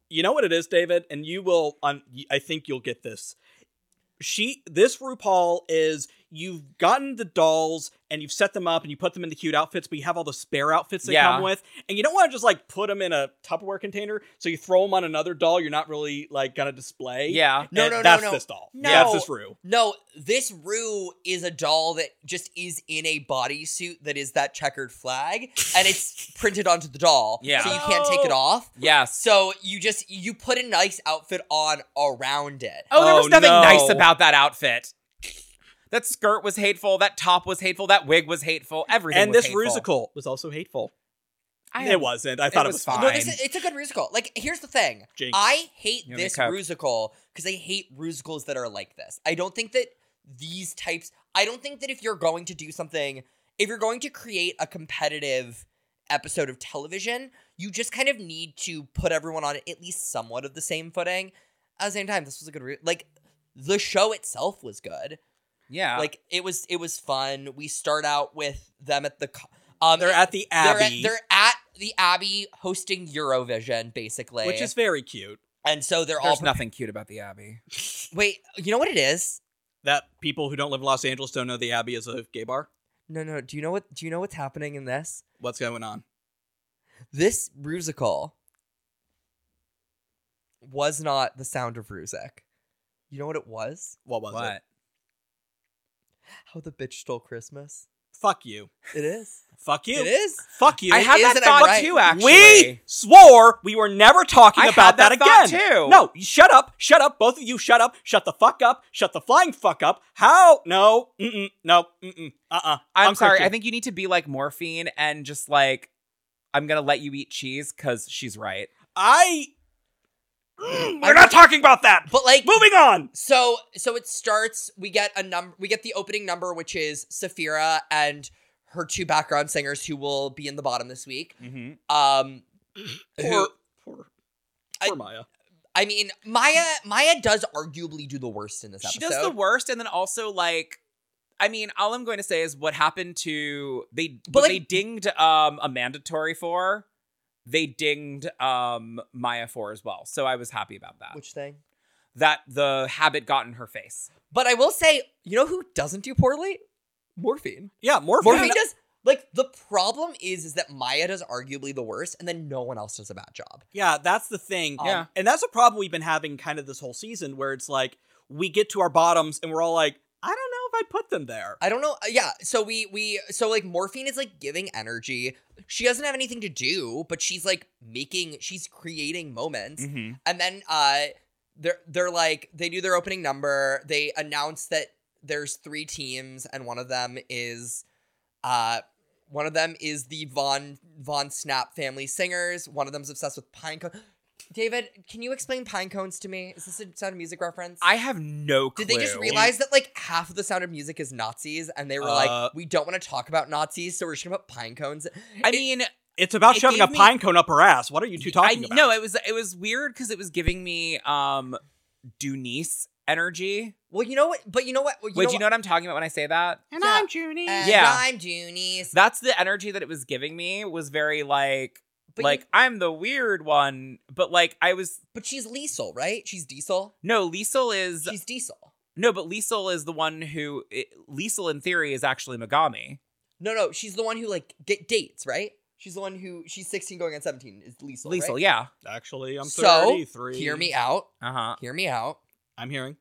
you know what it is, David, and you will. Um, y- I think you'll get this. She, this RuPaul is. You've gotten the dolls and you've set them up and you put them in the cute outfits, but you have all the spare outfits they Yeah. come with, and you don't want to just like put them in a Tupperware container. So you throw them on another doll. You're not really like gonna display. yeah. No, And no, no, that's no. this doll. No. that's this Ru. No, this Rue is a doll that just is in a bodysuit that is that checkered flag, (laughs) and it's printed onto the doll. Yeah. So you can't take it No. off. Yes. So you just you put a nice outfit on around it. Oh, there Oh, was nothing no. nice about that outfit. That skirt was hateful. That top was hateful. That wig was hateful. Everything. And was this hateful. Rusical was also hateful. I it wasn't. I thought it was was, fine. No, this is, it's a good musical. Like, here's the thing. Jinx. I hate You want me this to cope? musical because I hate musicals that are like this. I don't think that these types. I don't think that if you're going to do something, if you're going to create a competitive episode of television, you just kind of need to put everyone on at least somewhat of the same footing. At the same time, this was a good re- like the show itself was good. Yeah. Like Like it was it was fun. We start out with them at the co- um They're at the they're at, Abbey, they're at the Abbey hosting Eurovision, basically. which is very cute. and so they're all there's pre- nothing cute about the Abbey. wait. You know what it is? That people who don't live in Los Angeles don't know the Abbey is a gay bar. No, no. Do you know what? Do you know what's happening in this? What's going on? This musical was not the sound of music. You know what it was? What was it? What? How the bitch stole Christmas. Fuck you. (laughs) It is. Fuck you. It is. Fuck you. I had that isn't thought right. too. Actually, we swore we were never talking I had about that, that thought, again. too. No, you shut up. Shut up. Both of you shut up. Shut the fuck up. Shut the flying fuck up. How? No. Mm-mm. No. Mm-mm. Uh-uh. I'm, sorry. Christian. I think you need to be like morphine and just like, I'm gonna let you eat cheese because she's right. (gasps) I... Mm, we're I'm- not talking about that. But like Moving on. So so it starts. We get a number. We get the opening number, which is Safira and her two background singers who will be in the bottom this week. Mm-hmm. (clears throat) Um, Poor, who, poor, I- poor Maya. I mean, Maya Maya does arguably do the worst in this She episode. does the worst, and then also like. I mean, all I'm going to say is what happened to they. But, But like- they dinged um a mandatory for. They dinged um Maya for as well, so I was happy about that. Which thing? that the habit got in her face. But I will say, you know who doesn't do poorly? Morphine. Yeah, more Morphine does. Like the problem is, is that Maya does arguably the worst, and then no one else does a bad job. Yeah, that's the thing. Um, Yeah. And that's a problem we've been having kind of this whole season where it's like we get to our bottoms and we're all like, I don't know know if I'd put them there. I don't know. uh, Yeah, so we we so like morphine is like giving energy. She doesn't have anything to do, but she's like making she's creating moments. Mm-hmm. And then uh they're they're like they do their opening number. They announce that there's three teams and one of them is uh one of them is the Von Von Snap family singers. One of them's obsessed with pine cone. David, can you explain pine cones to me? Is this a sound of music reference? I have no clue. Did they just realize that like half of the sound of music is Nazis and they were Uh, like, we don't want to talk about Nazis, so we're just gonna put pine cones. I mean, It's about It shoving a gave me- pine cone up her ass. What are you two talking I, about? No, it was it was weird because it was giving me um Dunice energy. Well, you know what? But you know what? Eh, well, Wait, do you know what I'm talking about when I say that? and Yeah. Uh, I'm Junie. what- And Yeah. I'm Junies. That's the energy that it was giving me was very like But like you- I'm the weird one, but like I was but she's Liesel, right? She's Diesel. no Liesel is She's Diesel. no, but Liesel is the one who it, Liesel in theory is actually Megami. No, no, she's the one who like get dates, right? She's the one who she's 16 going on 17. Is Liesel? Liesel, right? yeah, Actually, I'm So, 33. Hear me out. uh huh. Hear me out. I'm hearing.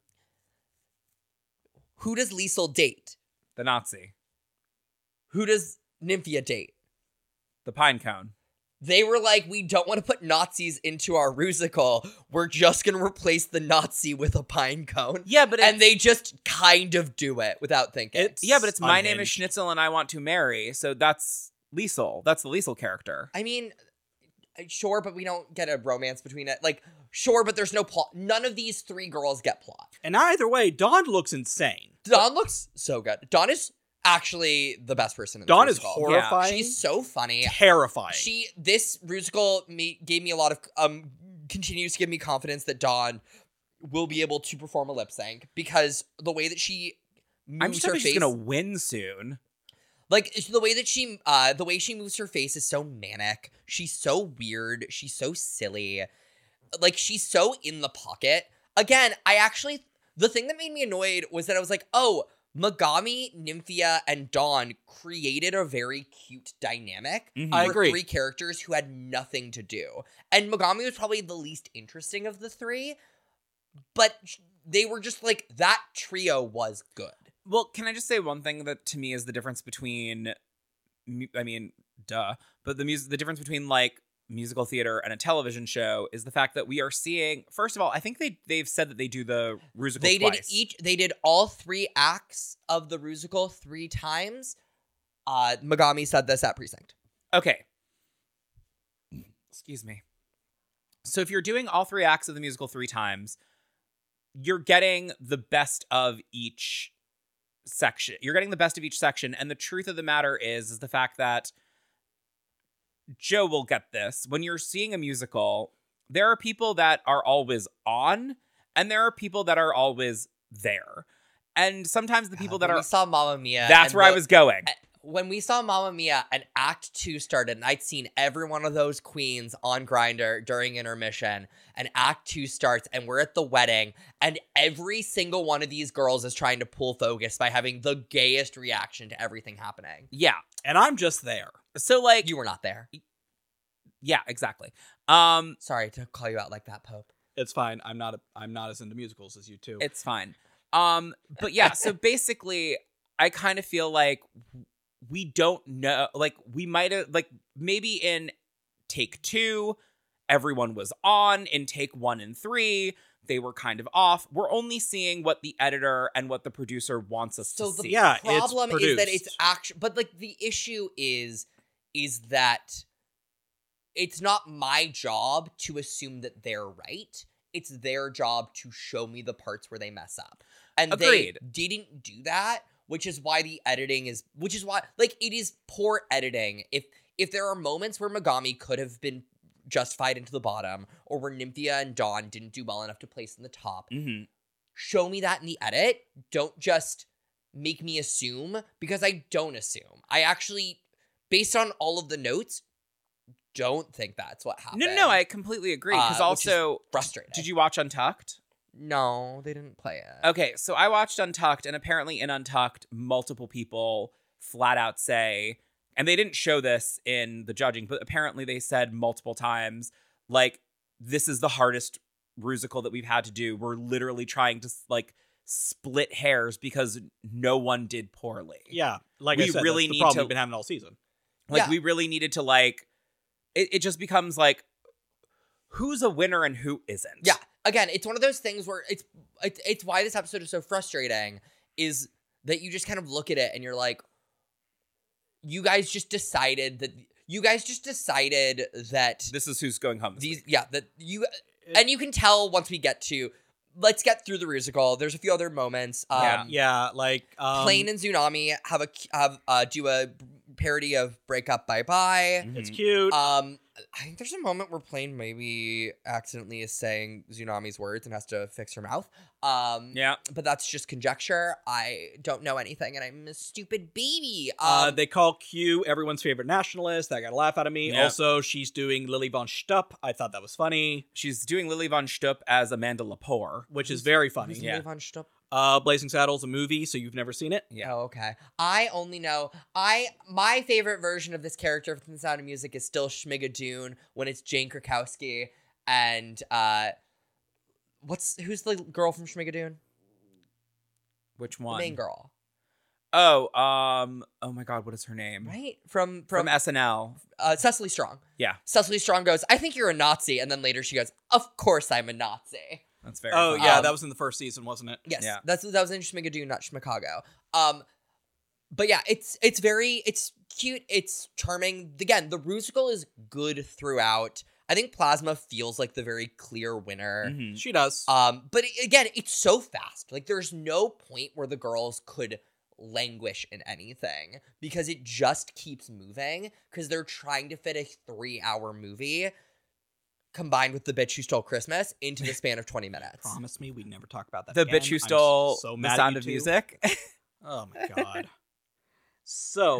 Who does Liesel date? The Nazi, Who does Nymphia date? the pine cone. they were like, we don't want to put Nazis into our rusical. We're just gonna replace the Nazi with a pine cone. Yeah, but And they just kind of do it without thinking. It's- yeah, but it's my name is Unhinged. Schnitzel and I want to marry. So that's Liesel. That's the Liesel character. I mean, uh, sure, but we don't get a romance between it. Like, sure, but there's no plot. None of these three girls get plot. And either way, Dawn looks insane. Dawn looks so good. Dawn is actually the best person in this Dawn is musical. horrifying, She's so funny. terrifying. She this musical me, gave me a lot of um continues to give me confidence that Dawn will be able to perform a lip sync because the way that she moves I'm just her hoping face, she's gonna win soon. like it's the way that she uh the way she moves her face is so manic. She's so weird. She's so silly. Like she's so in the pocket. Again, I actually the thing that made me annoyed was that I was like, oh. Megami, Nymphia, and Dawn created a very cute dynamic Mm-hmm. I were agree. Three characters who had nothing to do, and Megami was probably the least interesting of the three, but sh- they were just like that trio was good. Well, can I just say one thing that to me is the difference between, mu- I mean, duh, but the music, the difference between like musical theater and a television show is the fact that we are seeing. First of all, I think they they've said that they do the musical. They did twice. each. They did all three acts of the musical three times. Uh, Megami said this at precinct. Okay. Excuse me. So if you're doing all three acts of the musical three times, you're getting the best of each section. You're getting the best of each section. And the truth of the matter is, is the fact that Joe will get this. When you're seeing a musical, there are people that are always on, and there are people that are always there. And sometimes the people God, that Uh, when are we saw Mamma Mia. that's and where I the- was going. When we saw Mamma Mia and Act Two started, and I'd seen every one of those queens on Grinder during intermission, and Act Two starts, and we're at the wedding, and every single one of these girls is trying to pull focus by having the gayest reaction to everything happening. Yeah. and I'm just there. So like You were not there. Yeah, exactly. Um, Sorry to call you out like that, Pope. It's fine. I'm not. A, I'm not as into musicals as you two. it's fine. Um, but yeah, (laughs) so basically, I kind of feel like we don't know. Like we might have, like maybe in take two, everyone was on. In take one and three, they were kind of off. We're only seeing what the editor and what the producer wants us So to the see. Yeah, it's problem is that it's produced. actually, but like the issue is, is that it's not my job to assume that they're right. It's their job to show me the parts where they mess up, and Agreed. they didn't do that, which is why the editing is, which is why like it is poor editing. If if there are moments where Megami could have been justified into the bottom, or where Nymphia and Dawn didn't do well enough to place in the top, Mhm. show me that in the edit. Don't just make me assume because I don't assume. I actually, based on all of the notes, don't think that's what happened. No, no, no, I completely agree. Because Uh, which is also, frustrating. did you watch Untucked? No, they didn't play it. Okay, so I watched Untucked, and apparently in Untucked, multiple people flat out say, and they didn't show this in the judging, but apparently they said multiple times, like, this is the hardest musical that we've had to do. We're literally trying to like split hairs because no one did poorly. Yeah, like I We said, really that's the need problem to- we've been having all season. Like Yeah. we really needed to like it, it just becomes like who's a winner and who isn't. Yeah. Again, it's one of those things where it's it's, it's why this episode is so frustrating is that you just kind of look at it and you're like you guys just decided that you guys just decided that This is who's going home. this these week. yeah, that you It- and you can tell once we get to let's get through the musical. There's a few other moments. Um, Yeah. Yeah, like um, Plane and Tsunami have a have uh, do a parody of "Break Up Bye Bye." it's Mhm. cute. Um, I think there's a moment where Plane maybe accidentally is saying Tsunami's words and has to fix her mouth. Um, Yeah. but that's just conjecture. I don't know anything, and I'm a stupid baby. Um, uh, they call Q everyone's favorite nationalist. That got a laugh out of me. Yeah. Also, she's doing Lily von Stupp. I thought that was funny, She's doing Lily von Stupp as Amanda Lepore. which is very funny. who's yeah. Lily Von Stupp? Uh, Blazing Saddles, a movie, so you've never seen it. Yeah. Oh, okay. I only know I my favorite version of this character from The Sound of Music is still Schmigadoon when it's Jane Krakowski and uh, what's who's the girl from Schmigadoon? Which The one? main girl, Oh, um oh my god, what is her name? right? From From, from, SNL. uh, Cecily Strong. Yeah. Cecily Strong goes, "I think you're a Nazi," and then later she goes, "Of course I'm a Nazi." That's very Oh funny. yeah, Um, that was in the first season, wasn't it? Yes, Yeah. that's that was in Schmigadoon, not Chicago. Um, but yeah, it's it's very it's cute, it's charming. Again, the musical is good throughout. I think Plasma feels like the very clear winner. Mhm. She does. Um, but it- again, it's so fast. Like there's no point where the girls could languish in anything because it just keeps moving because they're trying to fit a three-hour movie combined with the bitch who stole Christmas into the span of 20 minutes. Promise me we'd never talk about that. The again. bitch who I'm stole so mad the at sound you of two. music. (laughs) Oh (laughs) my god. so,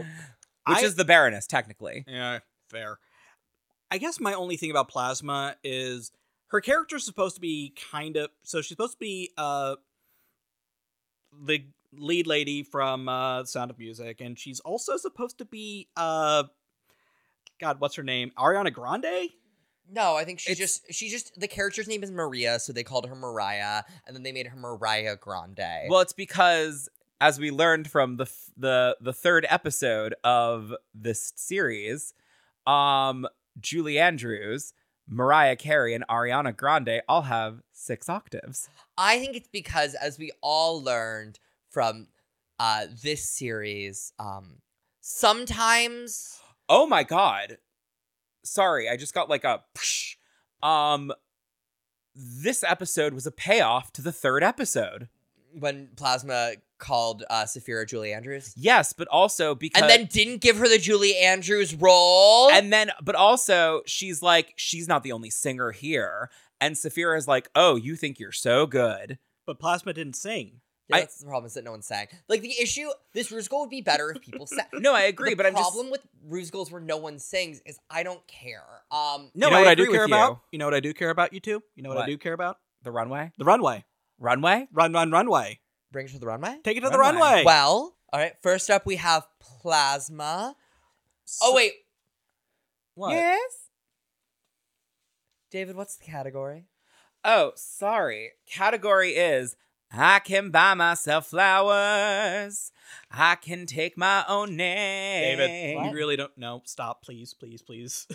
Which I- is the Baroness, technically. Yeah, Eh, fair. I guess my only thing about Plasma is her character's supposed to be kind of so she's supposed to be uh the lead lady from uh The Sound of Music and she's also supposed to be uh god, what's her name? Ariana Grande? No, I think she It's- just she just the character's name is Maria, so they called her Mariah, and then they made her Mariah Grande. Well, it's because as we learned from the f- the the third episode of this series, um, Julie Andrews, Mariah Carey, and Ariana Grande all have six octaves. I think it's because as we all learned from uh this series, um sometimes Oh my god! Sorry, I just got like a. Psh. Um, this episode was a payoff to the third episode. when Plasma called uh Saphira Julie Andrews Yes, but also because and then didn't give her the Julie Andrews role. And then, but also, she's like, she's not the only singer here. And Saphira's like, oh, you think you're so good. But Plasma didn't sing. Yeah, I- that's the problem is that no one sang. Like the issue, this musical would be better if people sang. No, (laughs) I agree, The but I'm just- problem with musicals where no one sings is I don't care. Um No, you know I what agree I do with care you. about? You know what I do care about you two? You know what, What? I do care about? The runway? The runway. Runway? Run run runway. bring her to the runway. Take it to the Runway. runway. Well, all right. First up, we have plasma. Oh wait, What? Yes. David, what's the category? Oh, sorry. Category is I can buy myself flowers. I can take my own name. David, What? you really don't know. Stop, please, please, please.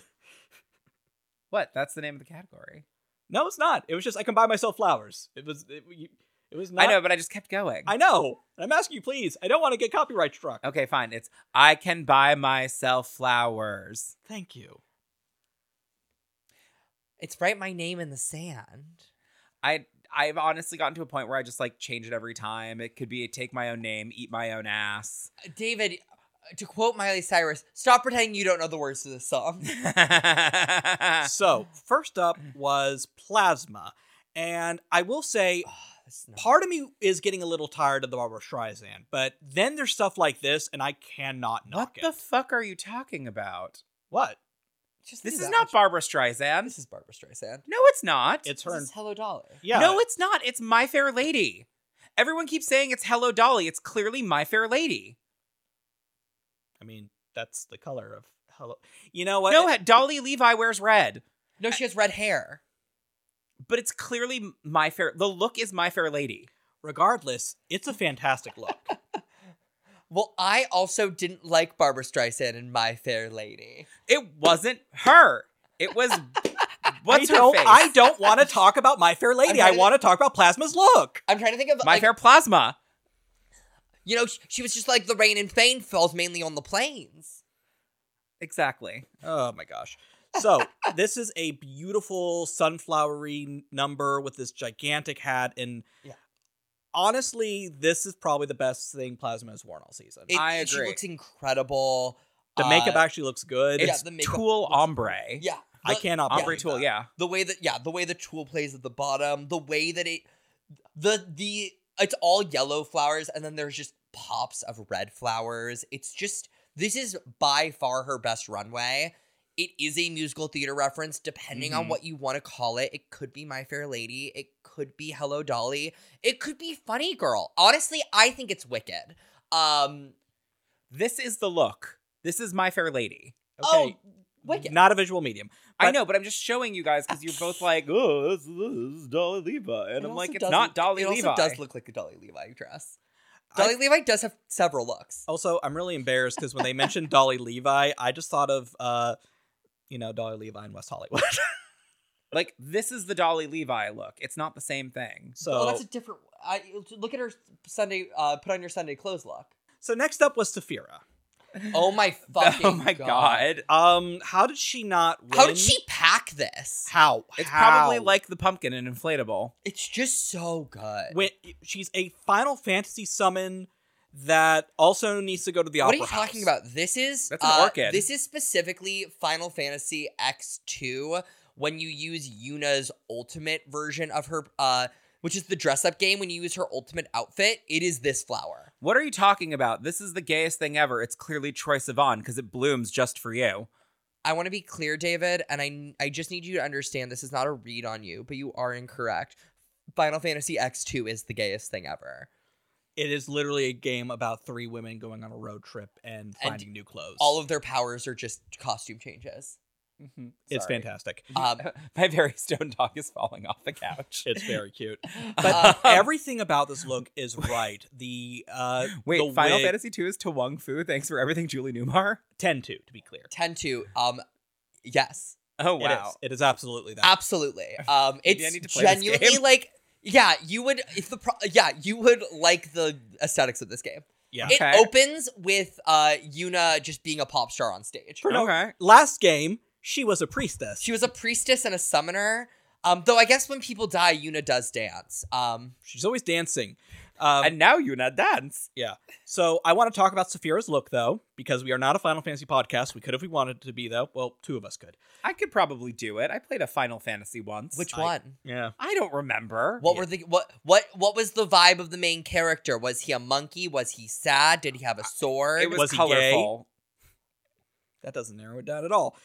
What? That's the name of the category. No, it's not. It was just I can buy myself flowers. It was it, you- it was not. I know, but I just kept going. I know. I'm asking you, please. I don't want to get copyright struck. Okay, fine. It's I can buy myself flowers. Thank you. It's write my name in the sand. I I've honestly gotten to a point where I just like change it every time. It could be take my own name, eat my own (laughs) ass. Uh, David, uh, to quote Miley Cyrus, stop pretending you don't know the words to this (laughs) song. That's Ah. So first up was plasma, and I will say Ah, that's not- part of me is getting a little tired of the Barbara Streisand, but then there's stuff like this, and I cannot what knock the it. fuck are you talking about? what? Just This leave is that. not Barbara This Streisand. is Barbara Streisand. No, it's not. It's her. This is and- Hello Dolly. yeah. No, it's not. It's My Fair Lady. Everyone keeps saying it's Hello Dolly. It's clearly My Fair Lady. I mean, that's the color of hello. You know what? No, ha- Dolly Levi wears red, No, she has red hair. but it's clearly My Fair. The look is My Fair Lady. Regardless, it's a fantastic look. Well, I also didn't like Barbara Streisand in My Fair Lady. It wasn't her. It (laughs) was what's I her don't, face? I don't want to talk about (laughs) My Fair Lady. I trying to- want to talk about Plasma's look. I'm trying to think of My like, Fair Plasma. you know, she, she was just like the rain and Fane falls mainly on the plains. Exactly. Oh my gosh. So, this is a beautiful sunflowery number with this gigantic hat. And Yeah. honestly, this is probably the best thing Plasma has worn all season. It- I She agree. looks incredible. the Uh, makeup actually looks good. yeah, It's- the makeup. Tool ombre. yeah, I the- cannot Ombre believe tool, that. yeah. the way that yeah the way the tool plays at the bottom the way that it the the it's all yellow flowers and then there's just pops of red flowers it's just this is by far her best runway it is a musical theater reference depending on Mhm. what you want to call it it could be my fair lady it could be hello dolly it could be funny girl honestly i think it's wicked um This is the look. This is My Fair Lady. Okay. oh wicked Not a visual medium. I But- know, but I'm just showing you guys because you're both like, oh, this, this is Dolly Levi. And It I'm also like, it's does not look- Dolly it also Levi. does look like a dolly levi dress I- dolly levi does have several looks Oh, Also, I'm really embarrassed because when they (laughs) mentioned Dolly Levi, I just thought of, uh, you know, Dolly Levi in West Hollywood. (laughs) like, this is the Dolly Levi look. It's not the same thing. so, oh, that's a different. I look at her Sunday. Uh, put on your Sunday clothes (laughs) look. so next up was Safira. Oh my (laughs) fucking! oh my god. Um, how did she not? Win? How did she pack this? How? It's How? probably like the pumpkin and inflatable. It's just so good. when she's a Final Fantasy summon that also needs to go to the what are opera. you talking house. about? This is That's an uh, orchid. This is specifically Final Fantasy X two when you use Yuna's ultimate version of her, uh, which is the dress up game. When you use her ultimate outfit, it is this flower. What are you talking about? This is the gayest thing ever. It's clearly Troy Sivan because it blooms just for you. I want to be clear, David, and I I just need you to understand this is not a read on you, but you are incorrect. Final Fantasy X2 is the gayest thing ever. It is literally a game about three women going on a road trip and And finding new clothes. All of their powers are just costume changes. it's sorry. fantastic. Um, (laughs) My very stone dog is falling off the (laughs) couch. It's very cute. (laughs) But um, Uh, Um, (laughs) everything about this look is right. The uh, Wait, the Final wig- Fantasy II is to Wong Fu. Thanks for everything, Julie Newmar. ten two to be clear. 10 to um yes, Oh It is. It is absolutely (laughs) that. absolutely. Um Maybe I it's need to play this genuinely game. like yeah, you would if the pro- yeah, you would like the aesthetics of this game. yeah. It Okay. opens with uh Yuna just being a pop star on stage. no- okay. Last game, she was a priestess. She was a priestess and a summoner. Um, though I guess when people die, Yuna does dance. Um, She's always dancing. Um, and now you not dance. So I want to talk about Saphira's look though, because we are not a Final Fantasy podcast. We could if we wanted to be though. Well, two of us could. I could probably do it. I played a Final Fantasy once. which I- one? Yeah. I don't remember. What were the what what what was the vibe of the main character? Was he a monkey? Was he sad? Did he have a sword? It was, Was he gay? colorful. That doesn't narrow it down at all.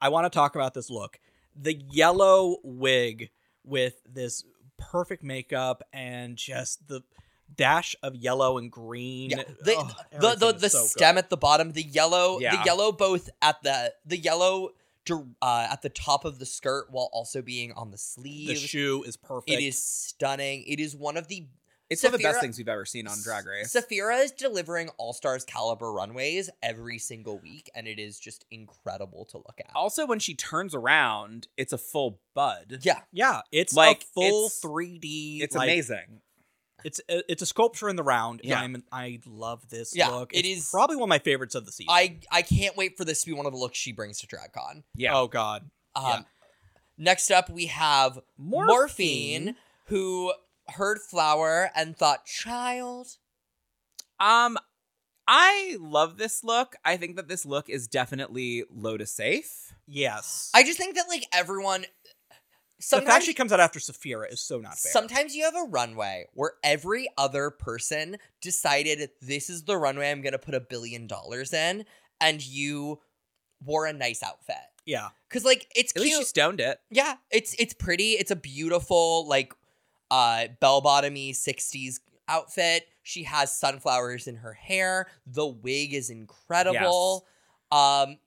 I want to talk about this look. The yellow wig with this perfect makeup and just the dash of yellow and green. yeah. The Ugh, the the, everything the, is so stem good. at the bottom, the yellow, the Yeah. yellow both at the the yellow dir- uh, at the top of the skirt while also being on the the sleeves. shoe is perfect. it is stunning. It is one of the It's one of the best Saphira- things we've ever seen on Drag Race. Safira is delivering All Stars caliber runways every single week, and it is just incredible to look at. also, when she turns around, it's a full bud. yeah, Yeah, it's like Like, a full it's- 3D. It's like, amazing. It's it's a sculpture in the round. Yeah. I'm, I love this Yeah, look. it It's is- probably one of my favorites of the season. I I can't wait for this to be one of the looks she brings to DragCon. Yeah. Oh God. Um, Yeah. Next up, we have Morphine, who heard Flower and thought, "Child, Um, I love this look. I think that this look is definitely Lotus safe. Yes. I just think that like everyone. the fact Sometimes, she comes out after Saphira is so not fair. sometimes you have a runway where every other person decided this is the runway I'm going to put a billion dollars in, and you wore a nice outfit yeah. because like it's At cute. least she stoned it. yeah, it's it's pretty. It's a beautiful like uh bell bottomy 60s outfit. She has sunflowers in her hair. The wig is incredible. Um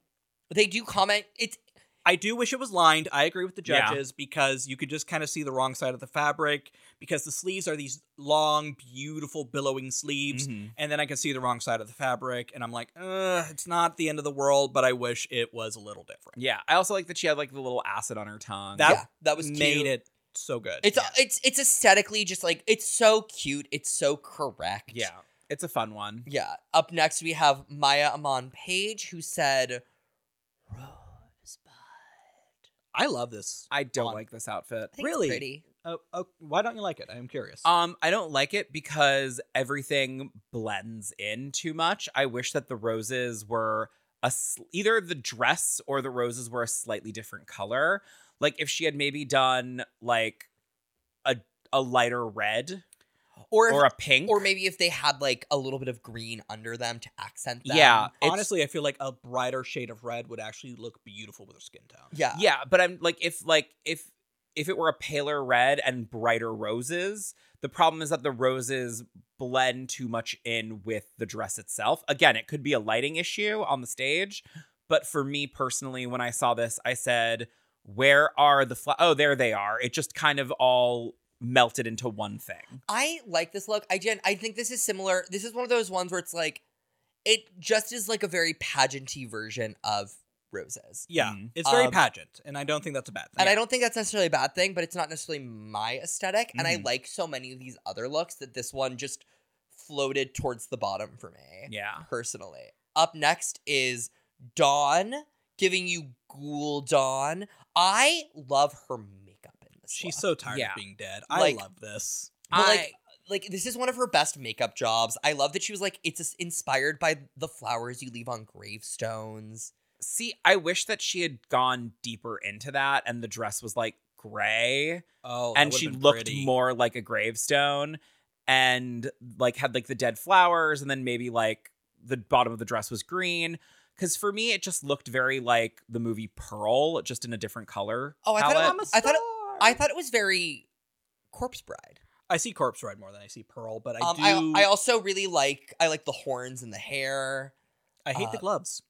they do comment it's I do wish it was lined. I agree with the Yeah. judges because you could just kind of see the wrong side of the fabric because the sleeves are these long, beautiful, billowing sleeves. Mhm. And then I can see the wrong side of the fabric, and I'm like, Ugh, it's not the end of the world, but I wish it was a little different. Yeah, I also like that she had like the little acid on her tongue. That yeah, that was made cute. it so good. It's uh, it's it's aesthetically just like it's so cute. It's so correct. yeah, it's a fun one. Yeah. Up next we have Maya Amon Page who said Rosebud. I love this. I don't On- like this outfit. I think it's Really? pretty. Oh, oh, why don't you like it? I'm curious. Um, I don't like it because everything blends in too much. I wish that the roses were a s- either the dress or the roses were a slightly different color. Like if she had maybe done like a a lighter red Or if, or a pink or maybe if they had like a little bit of green under them to accent them. yeah, it's- Honestly, I feel like a brighter shade of red would actually look beautiful with her skin tone. Yeah. yeah. But I'm like if like if if it were a paler red and brighter roses, the problem is that the roses blend too much in with the dress itself. Again, it could be a lighting issue on the stage, but for me personally, when I saw this, I said, "Where are the flowers? Oh, there they are." It just kind of all melted into one thing. I like this look. I gen I think this is similar. This is one of those ones where it's like it just is like a very pageanty version of roses. Yeah, Mhm. it's very Um, pageant, and I don't think that's a bad thing. And I don't think that's necessarily a bad thing, but it's not necessarily my esthetic And I Mhm. like so many of these other looks that this one just floated towards the bottom for me Yeah. personally. Up next is Dawn giving you Ghoul Dawn. I love her makeup in this. She's (laughs) look. so tired Yeah. of being dead. Like- I love this. But, like, I- like this is one of her best makeup jobs. I love that she was like it's as- inspired by the flowers you leave on gravestones. See, I wish that she had gone deeper into that and the dress was like gray. Oh, that and would've she been looked pretty. more like a gravestone and like had like the dead flowers and then maybe like the bottom of the dress was green because for me it just looked very like the movie pearl just in a different color Oh, I thought it palette. was- I thought it- I thought it was very Corpse Bride. I see corpse red more than I see pearl, but I um, do. I, I, I also really like I like the horns and the hair. hate the uh, gloves.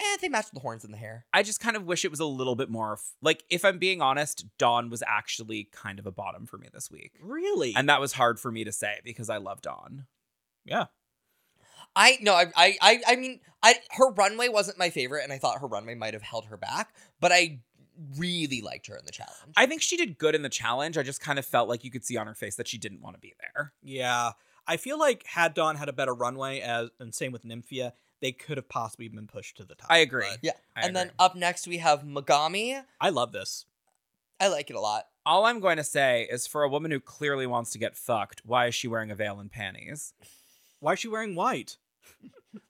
Eh, they match the horns and the hair. I just kind of wish it was a little bit more f- like if i'm being honest dawn was actually kind of a bottom for me this week Really? and that was hard for me to say because i love dawn I no, I I I, I mean, I her runway wasn't my favorite, and I thought her runway might have held her back, but I really liked her in the challenge. i think she did good in the challenge i just kind of felt like you could see on her face that she didn't want to be there yeah, I feel like had Dawn had a better runway, as and same with Nymphia, they could have possibly been pushed to the top. i agree but Yeah, I and agree. then up next we have Megami. I love this. I like it a lot. All I'm going to say is for a woman who clearly wants to get fucked, why is she wearing a veil and panties? Why is she wearing white?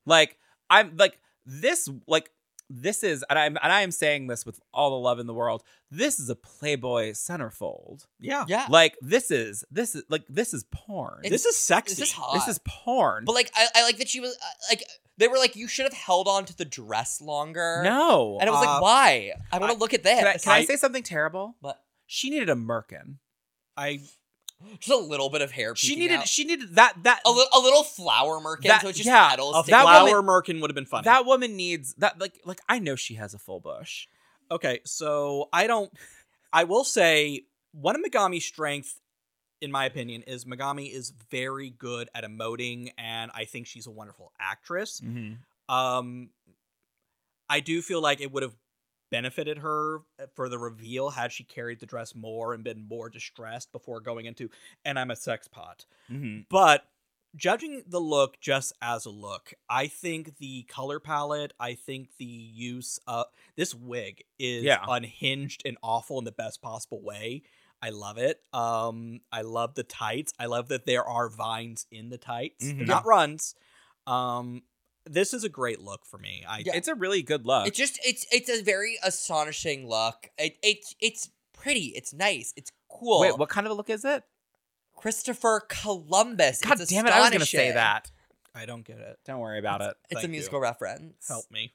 Like, I'm like, this, like, this is, and I'm, and I am saying this with all the love in the world. This is a Playboy centerfold. Yeah, Yeah, Like, this is, this is, like, this is porn. It's- this is sexy. this is hot. this is porn. but like I, I like that she was uh, like they were like you should have held on to the dress longer. no. and I was Uh, like, why? I want I- to look at this. can I, can I, I- say something terrible? but She needed a merkin. I just a little bit of hair. She peeking needed, out. she needed that, that, a, li- a little flower merkin, That- so it's just yeah, petals. a sticking out. flower merkin would have been funny. that woman needs that, like, like, I know she has a full bush. Okay, so I don't. I will say one of Megami's strengths, in my opinion, is Megami is very good at emoting, and I think she's a wonderful actress. Mm-hmm. Um, I do feel like it would have benefited her eh, for the reveal had she carried the dress more and been more distressed before going into "and I'm a sex pot." Mm-hmm. But judging the look just as a look, I think the color palette, I think the use of this wig is Yeah. unhinged and awful in the best possible way. I love it. Um, I love the tights. I love that there are vines in the tights, Mhm. Mm-hmm. They're not runs. Um, this is a great look for me. I Yeah. It's a really good look. It's just it's it's a very astonishing look. It, it's it's pretty. It's nice. It's cool. Wait, what kind of a look is it? Christopher Columbus. God it's damn it! I was gonna say astonishing. that. I don't get it. Don't worry about it. It's Thank a musical reference. Help me.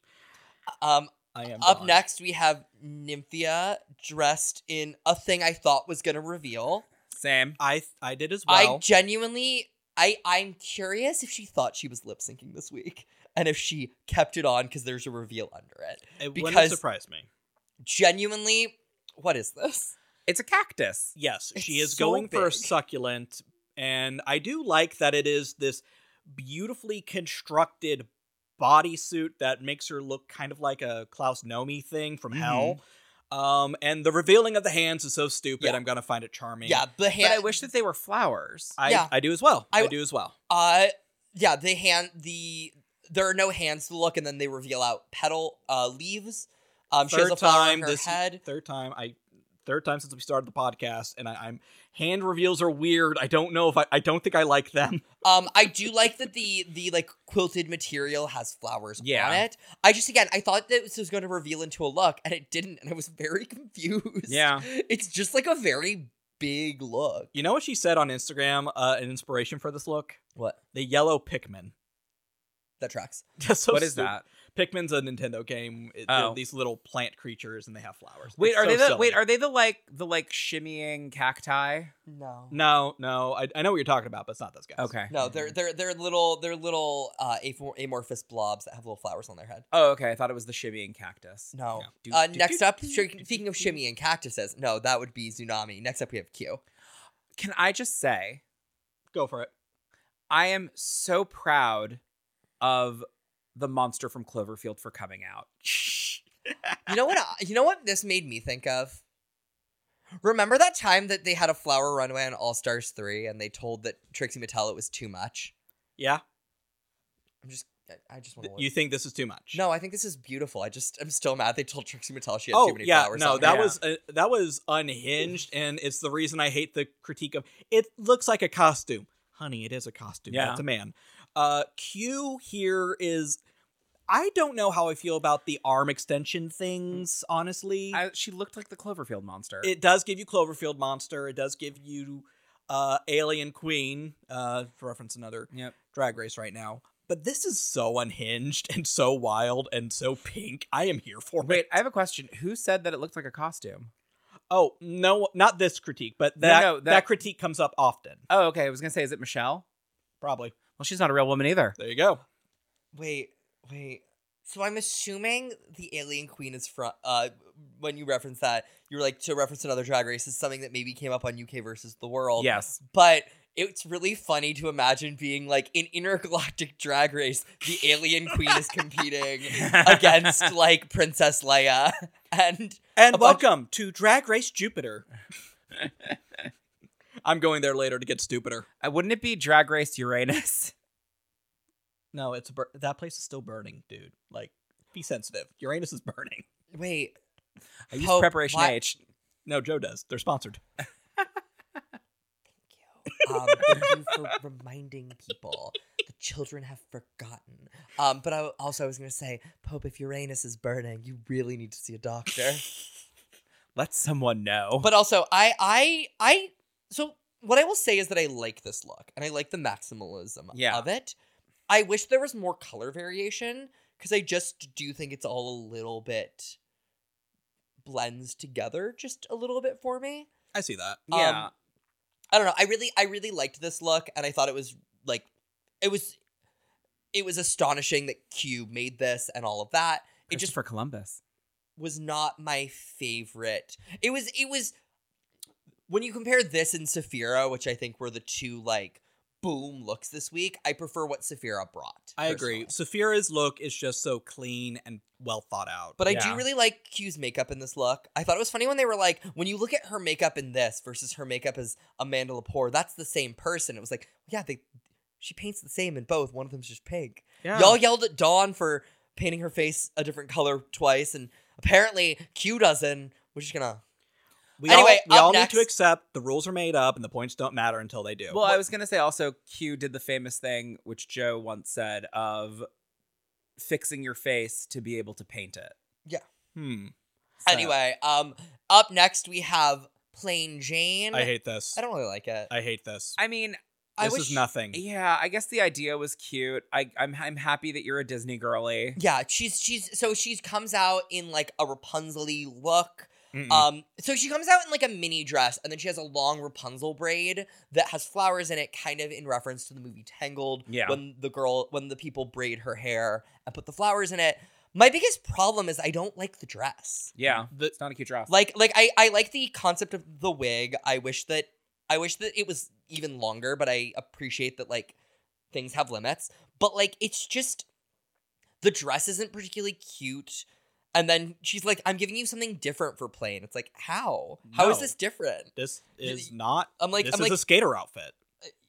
Um, I am up gone. next we have Nymphia dressed in a thing I thought was gonna reveal. Same. I I did as well. I genuinely, I I'm curious if she thought she was lip syncing (laughs) this week and if she kept it on because there's a reveal under it. it wouldn't because- surprise me. genuinely, what is this? It's a cactus. Yes, she It's is so going for a big. succulent, and I do like that it is this beautifully constructed bodysuit that makes her look kind of like a Klaus Nomi thing from Hell. Um, and the revealing of the hands is so stupid. Mm-hmm. Yeah. I'm gonna find it charming. Yeah, the But hand. I wish that they were flowers. I, Yeah. I do as well. I- I, do as well. Uh, yeah, the hand. The there are no hands to look, and then they reveal out petal uh, leaves. Um, she has Third a flower in time her this- head. Third time I, third time since we started the podcast, and I, I'm hand reveals are weird. I don't know if I, I don't think I like them. Um, I do like that the the like quilted material has flowers Yeah. on it. I just again, I thought that this was going to reveal into a look, and it didn't, and I was very (laughs) confused. Yeah. it's just like a very big look. You know what she said on Instagram? Uh, an inspiration for this look. What The yellow Pikmin. that tracks? (laughs) That's so what is stupid. that? Pikmin's a Nintendo game. It, Oh. They're these little plant creatures, and they have flowers. Wait, It's are so they the silly. wait, are they the like the like shimmying cacti? No, no, no. I, I know what you're talking about, but it's not those guys. Okay. no, they're they're they're little they're little uh, amor- amorphous blobs that have little flowers on their head. Oh, okay. I thought it was the shimmying cactus. No. Do- Uh, do- next do- up, do- shri- do- speaking of do- shimmy and cactuses, no, that would be tsunami. Next up, we have Q. Can I just say go for it. I am so proud of the monster from Cloverfield for coming out. You know what? I- you know what? This made me think of. Remember that time that they had a flower runway on All Stars three, and they told that Trixie Mattel it was too much. Yeah, I'm just, I- I just want to. you think this is too much? no, I think this is beautiful. I just, I'm still mad they told Trixie Mattel she had Oh too many yeah, flowers. no, on that her. was uh, that was unhinged, and it's the reason I hate the critique of it looks like a costume, honey. It is a costume. Yeah. it's a man. Uh, Q here is. I don't know how I feel about the arm extension things, honestly. I, she looked like the Cloverfield monster. It does give you Cloverfield monster. It does give you uh, Alien Queen, uh, to reference another Yep. drag race right now. But this is so unhinged and so wild and so pink. I am here for Wait, it. I have a question. Who said that it looked like a costume? Oh no, not this critique, but No, that no, that, that- critique comes up often. Oh, okay. I was gonna say, is it Michelle? Probably. Well, she's not a real woman either. There you go. Wait, wait. So I'm assuming the alien queen is from. Uh, when you reference that, you're like to reference another Drag Race is something that maybe came up on UK versus the World. Yes. But it's really funny to imagine being like in intergalactic drag race, the alien queen is competing against like Princess Leia. And And A bunch- welcome to Drag Race (laughs) Jupiter. I'm going there later to get stupider. Uh, wouldn't it be Drag Race Uranus? (laughs) No, it's bur- that place is still burning, dude. Like, be sensitive. Uranus is burning. wait, I used Pope, preparation why- H. No, Joe does. They're sponsored. um, thank you for reminding people. The children have forgotten. Um, but I also I was gonna say, Pope, if Uranus is burning, you really need to see a doctor. Let someone know. But also, I, I, I. So what I will say is that I like this look, and I like the maximalism Yeah. of it. I wish there was more color variation because I just do think it's all a little bit blends together, just a little bit for me. I see that. um, yeah. I don't know. I really, I really liked this look, and I thought it was like, it was, it was astonishing that Q made this and all of that. It just for Columbus. was not my favorite. It was it was when you compare this and Saphira, which I think were the two like boom looks this week, I prefer what Saphira brought. I agree. personally. Saphira's look is just so clean and well thought out. But I Yeah. do really like Q's makeup in this look. I thought it was funny when they were like, when you look at her makeup in this versus her makeup as Amanda Lepore, that's the same person. It was like, yeah, they she paints the same in both. One of them's just pink. Y'all yelled at Dawn for painting her face a different color twice, and apparently Q doesn't. We're just gonna we Anyway, all, we up all next- need to accept the rules are made up and the points don't matter until they do. Well, I was gonna say also Q did the famous thing which Joe once said of fixing your face to be able to paint it. hmm. So- Anyway, um, up next we have Plain Jane. I hate this. I don't really like it. I hate this. I mean, I this wish- is nothing. yeah, I guess the idea was cute. I, I'm I'm happy that you're a Disney girly. yeah, she's she's so she comes out in like a Rapunzel-y look. Mm-mm. Um, so she comes out in like a mini dress, and then she has a long Rapunzel braid that has flowers in it, kind of in reference to the movie Tangled. Yeah. when the girl, when the people braid her hair and put the flowers in it. My biggest problem is I don't like the dress. Yeah. The- It's not a cute dress. Like like I I like the concept of the wig. I wish that I wish that it was even longer, but I appreciate that like things have limits. But like it's just the dress isn't particularly cute. And then she's like, I'm giving you something different for play. And it's like, how? How is No. this different? This Y- is not. I'm like, this I'm is like, a skater outfit.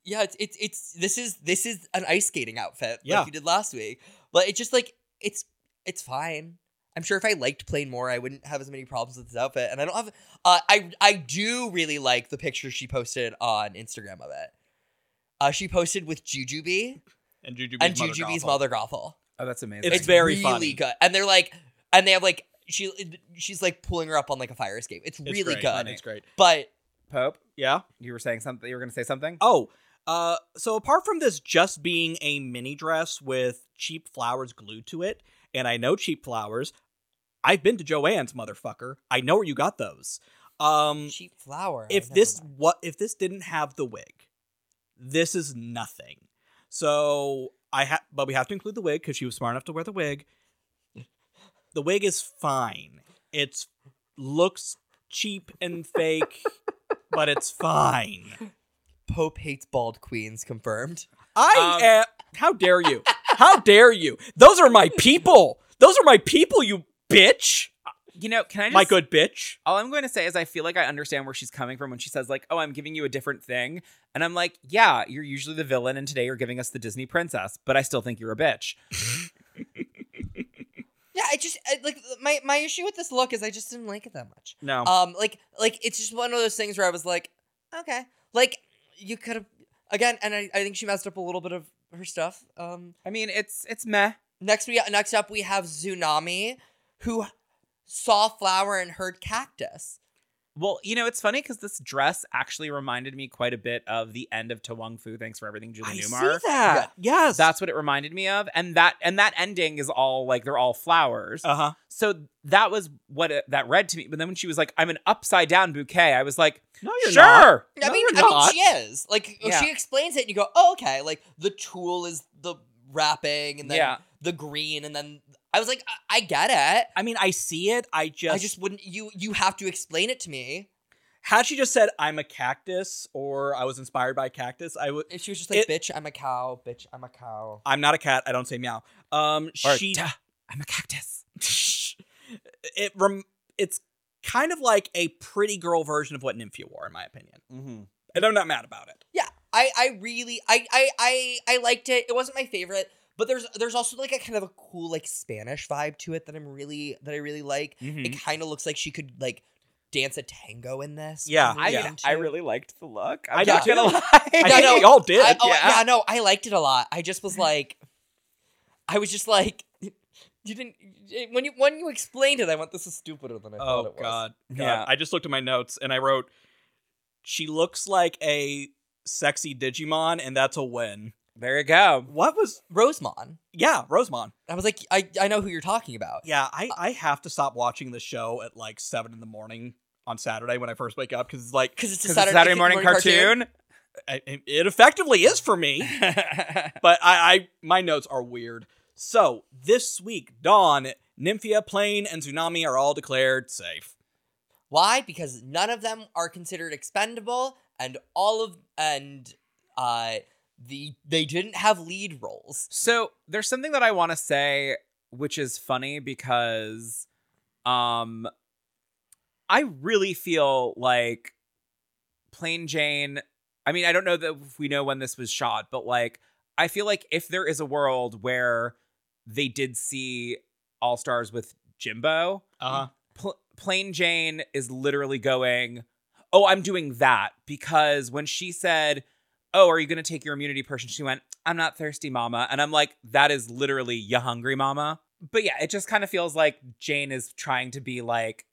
yeah, it's, it's it's this is this is an ice skating outfit Yeah. like you did last week. But it's just like it's it's fine. I'm sure if I liked playing more, I wouldn't have as many problems with this outfit. And I don't have uh, I I do really like the picture she posted on Instagram of it. Uh, she posted with Jujubee And Jujubee's and mother. Jujubee's Gothel. mother Gothel. oh, that's amazing. It's very- really funny. good. And they're like and they have like she she's like pulling her up on like a fire escape. It's, It's really great. good. It's great. But Pope. Yeah. You were saying something. You were going to say something. Oh. Uh, so apart from this just being a mini dress with cheap flowers glued to it, and I know cheap flowers, I've been to Joanne's motherfucker. I know where you got those. Um, cheap flower. if never this mind. what if this didn't have the wig this is nothing so i have but we have to include the wig because she was smart enough to wear the wig the wig is fine it's looks cheap and fake but it's fine Pope hates bald queens confirmed. i Um, am, how dare you how dare you those are my people those are my people you bitch You know, can I just my good bitch All I'm going to say is I feel like I understand where she's coming from when she says like, "Oh, I'm giving you a different thing." And I'm like, "Yeah, you're usually the villain and today you're giving us the Disney princess, but I still think you're a bitch." Yeah, I just I, like my my issue with this look is I just didn't like it that much. no Um, like like it's just one of those things where I was like, okay, like you could have again, and I, I think she messed up a little bit of her stuff. Um, I mean, it's it's meh. next we next up we have Tsunami, who saw flower and heard cactus. Well, you know, it's funny cuz this dress actually reminded me quite a bit of the end of To Wong Fu. Thanks for everything, Julie i Newmar. see that yes That's what it reminded me of. And that and that ending is all like they're all flowers. uh-huh so that was what it, that read to me. But then when she was like, "I'm an upside down bouquet." I was like, no you're "Sure." not. I No, mean, you're I mean, not. she is like Yeah. she explains it, and you go, oh, okay, like the tool is the wrapping, and then Yeah. the green, and then I was like, I, I get it. I mean, I see it. I just, I just wouldn't. You you have to explain it to me. had she just said I'm a cactus or I was inspired by cactus, I would. If she was just like, It- "Bitch, I'm a cow. Bitch, I'm a cow." I'm not a cat. I don't say meow. Um, Or, she. "Duh, I'm a cactus. (laughs) it rem- It's kind of like a pretty girl version of what Nymphia wore, in my opinion, Mm-hmm. and I'm not mad about it. I I really I I I I liked it. It wasn't my favorite, but there's there's also like a kind of a cool like Spanish vibe to it that I'm really that I really like. Mm-hmm. It kind of looks like she could like dance a tango in this. which Yeah, I'm I really mean, into. I (laughs) really liked the look. I I'm did not gonna too. lie. I (laughs) No, think no, we all did. I, oh, yeah. yeah, no, I liked it a lot. I just was like, I was just like, (laughs) you didn't when you when you explained it. I went, this is stupider than I thought oh it was. God. God. Yeah. I just looked at my notes and I wrote, "She looks like a sexy Digimon," and that's a win. There you go. What was? Rosemond. Yeah, Rosemon. I was like, I, I know who you're talking about. Yeah, I, I have to stop watching the show at like seven in the morning on Saturday when I first wake up because it's like Because it's a Because Saturday, Saturday, Saturday morning, cartoon. I, it effectively is (laughs) for me. (laughs) But I, I my notes are weird. So this week, Dawn, Nymphia, Plane, and Tsunami are all declared safe. Why? Because none of them are considered expendable, and all of and uh the they didn't have lead roles. so there's something that I want to say, which is funny because, um, I really feel like Plain Jane. I mean, I don't know that if we know when this was shot, but like, I feel like if there is a world where they did see All Stars with Jimbo, Uh-huh. Mm. Pl- Plain Jane is literally going, Oh, I'm doing that because when she said, Oh, are you going to take your immunity potion? She went, I'm not thirsty, mama. And I'm like, That is literally you hungry, mama. But yeah, it just kind of feels like Jane is trying to be like,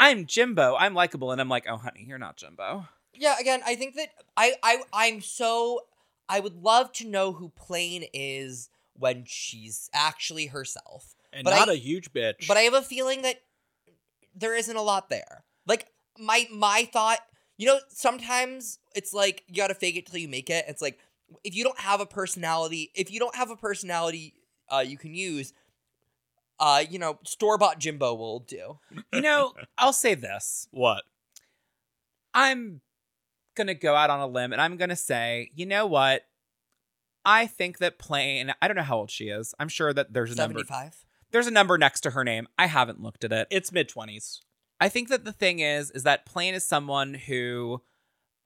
I'm Jimbo. I'm likable. And I'm like, Oh, honey, you're not Jimbo. Yeah, again, I think that I I I'm so I would love to know who Plain is when she's actually herself. And But not I- a huge bitch. But I have a feeling that there isn't a lot there. Like my my thought, you know, sometimes it's like you gotta fake it till you make it. It's like if you don't have a personality, if you don't have a personality uh, you can use, uh, you know, store bought Jimbo will do. You know, I'll say this. What? I'm gonna go out on a limb and I'm gonna say, you know what? I think that plain I don't know how old she is. I'm sure that there's a number. 75? There's a number next to her name. I haven't looked at it. It's mid twenties. I think that the thing is, is that Plain is someone who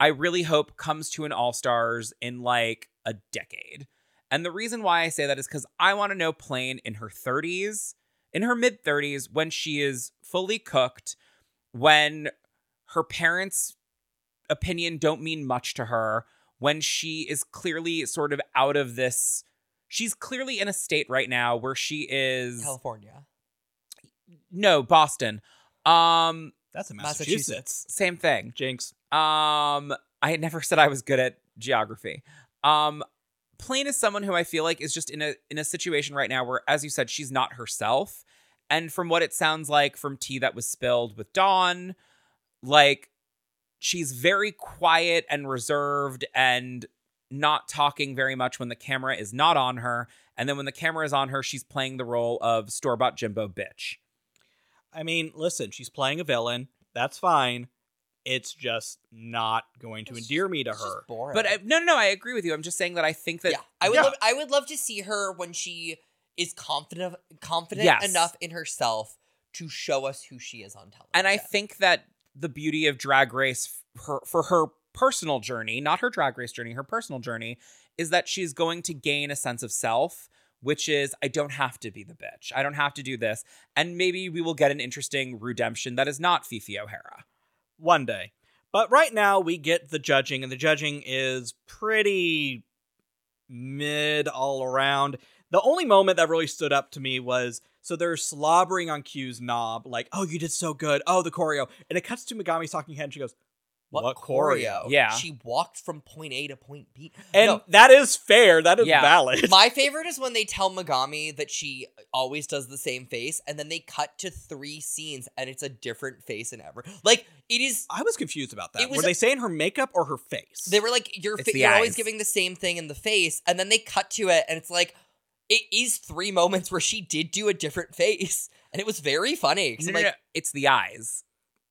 I really hope comes to an All Stars in like a decade. And the reason why I say that is because I want to know Plain in her 30s, in her mid 30s, when she is fully cooked, when her parents' opinion don't mean much to her, when she is clearly sort of out of this. She's clearly in a state right now where she is California. no Boston. Um, That's in Massachusetts. Massachusetts. same thing. Jinx. Um, I never (laughs) said I was good at geography. Um, Plain is someone who I feel like is just in a in a situation right now where, as you said, she's not herself. And from what it sounds like from tea that was spilled with Dawn, like she's very quiet and reserved and not talking very much when the camera is not on her. And then when the camera is on her, she's playing the role of store bought Jimbo bitch. I mean, listen, she's playing a villain. That's fine. It's just not going to It's endear me to It's just her. boring. But I, no, no, no, I agree with you. I'm just saying that I think that yeah, I would yeah. love I would love to see her when she is confident confident Yes. enough in herself to show us who she is on television. And I think that the beauty of Drag Race f- her, for her personal journey, not her Drag Race journey, her personal journey, is that she's going to gain a sense of self, which is, I don't have to be the bitch. I don't have to do this. And maybe we will get an interesting redemption that is not Fifi O'Hara. One day. But right now we get the judging, and the judging is pretty mid all around. The only moment that really stood up to me was so they're slobbering on Q's knob, like, oh, you did so good. Oh, the choreo. And it cuts to Megami's talking head, and she goes, What, choreo? Yeah. She walked from point A to point B. (laughs) And No. that is fair. That is Yeah. valid. My favorite is when they tell Megami that she always does the same face, and then they cut to three scenes, and it's a different face in ever. Like it is, I was confused about that. It was- Were they saying her makeup or her face? they were like, "You're It's fa- the you're always eyes. giving the same thing in the face," and then they cut to it, and it's like, it is three moments where she did do a different face, and it was very funny. 'cause No, I'm no, like, no, It's the eyes.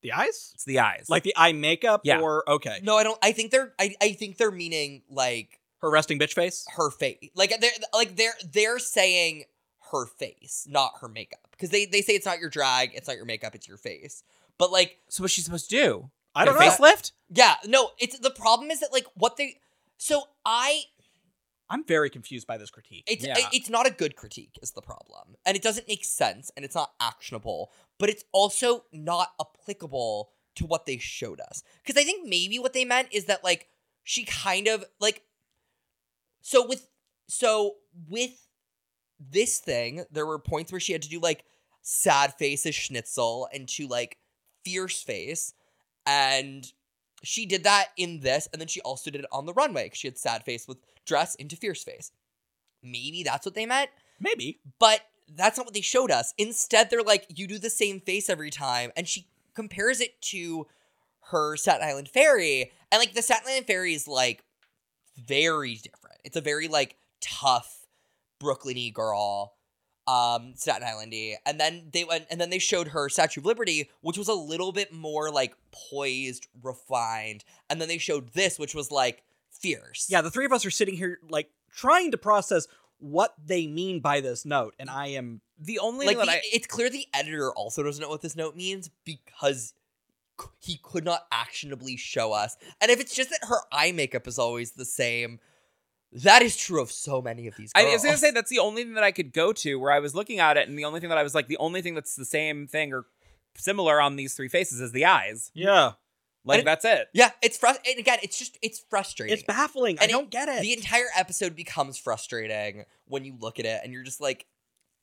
the eyes, It's the eyes. like the eye makeup, Yeah. or okay, no, I don't. I think they're. I, I think they're meaning like her resting bitch face. her face. Like they're like they're they're saying her face, not her makeup, because they they say it's not your drag, it's not your makeup, it's your face. But like, so what's she supposed to do? I Get don't a know. facelift? yeah, no, it's the problem is that like what they. So I, I'm very confused by this critique. it's Yeah. it's not a good critique is the problem, and it doesn't make sense, and it's not actionable, but it's also not applicable to what they showed us. Because I think maybe what they meant is that like she kind of like, so with so with this thing, there were points where she had to do like sad face as schnitzel and to like fierce face. And she did that in this, and then she also did it on the runway 'cause she had sad face with dress into fierce face. Maybe that's what they meant, Maybe but that's not what they showed us. Instead, they're like, you do the same face every time, and she compares it to her Staten Island Fairy, and like the Staten Island Fairy is like very different. It's a very like tough Brooklyny girl, um, Staten Islandy, and then they went and then they showed her Statue of Liberty, which was a little bit more like poised, refined, and then they showed this, which was like fierce. Yeah, the three of us are sitting here like trying to process what they mean by this note, and I am The only like thing the- that I it's clear the editor also doesn't know what this note means because c- he could not actionably show us and if it's just that her eye makeup is always the same that is true of so many of these girls. I was Oh. gonna say that's the only thing that I could go to where I was looking at it, and the only thing that I was like, the only thing that's the same thing or similar on these three faces is the eyes. yeah, Like And- that's it. yeah it's frust and again it's just it's frustrating it's baffling. I And it- don't get it. the entire episode becomes frustrating when you look at it and you're just like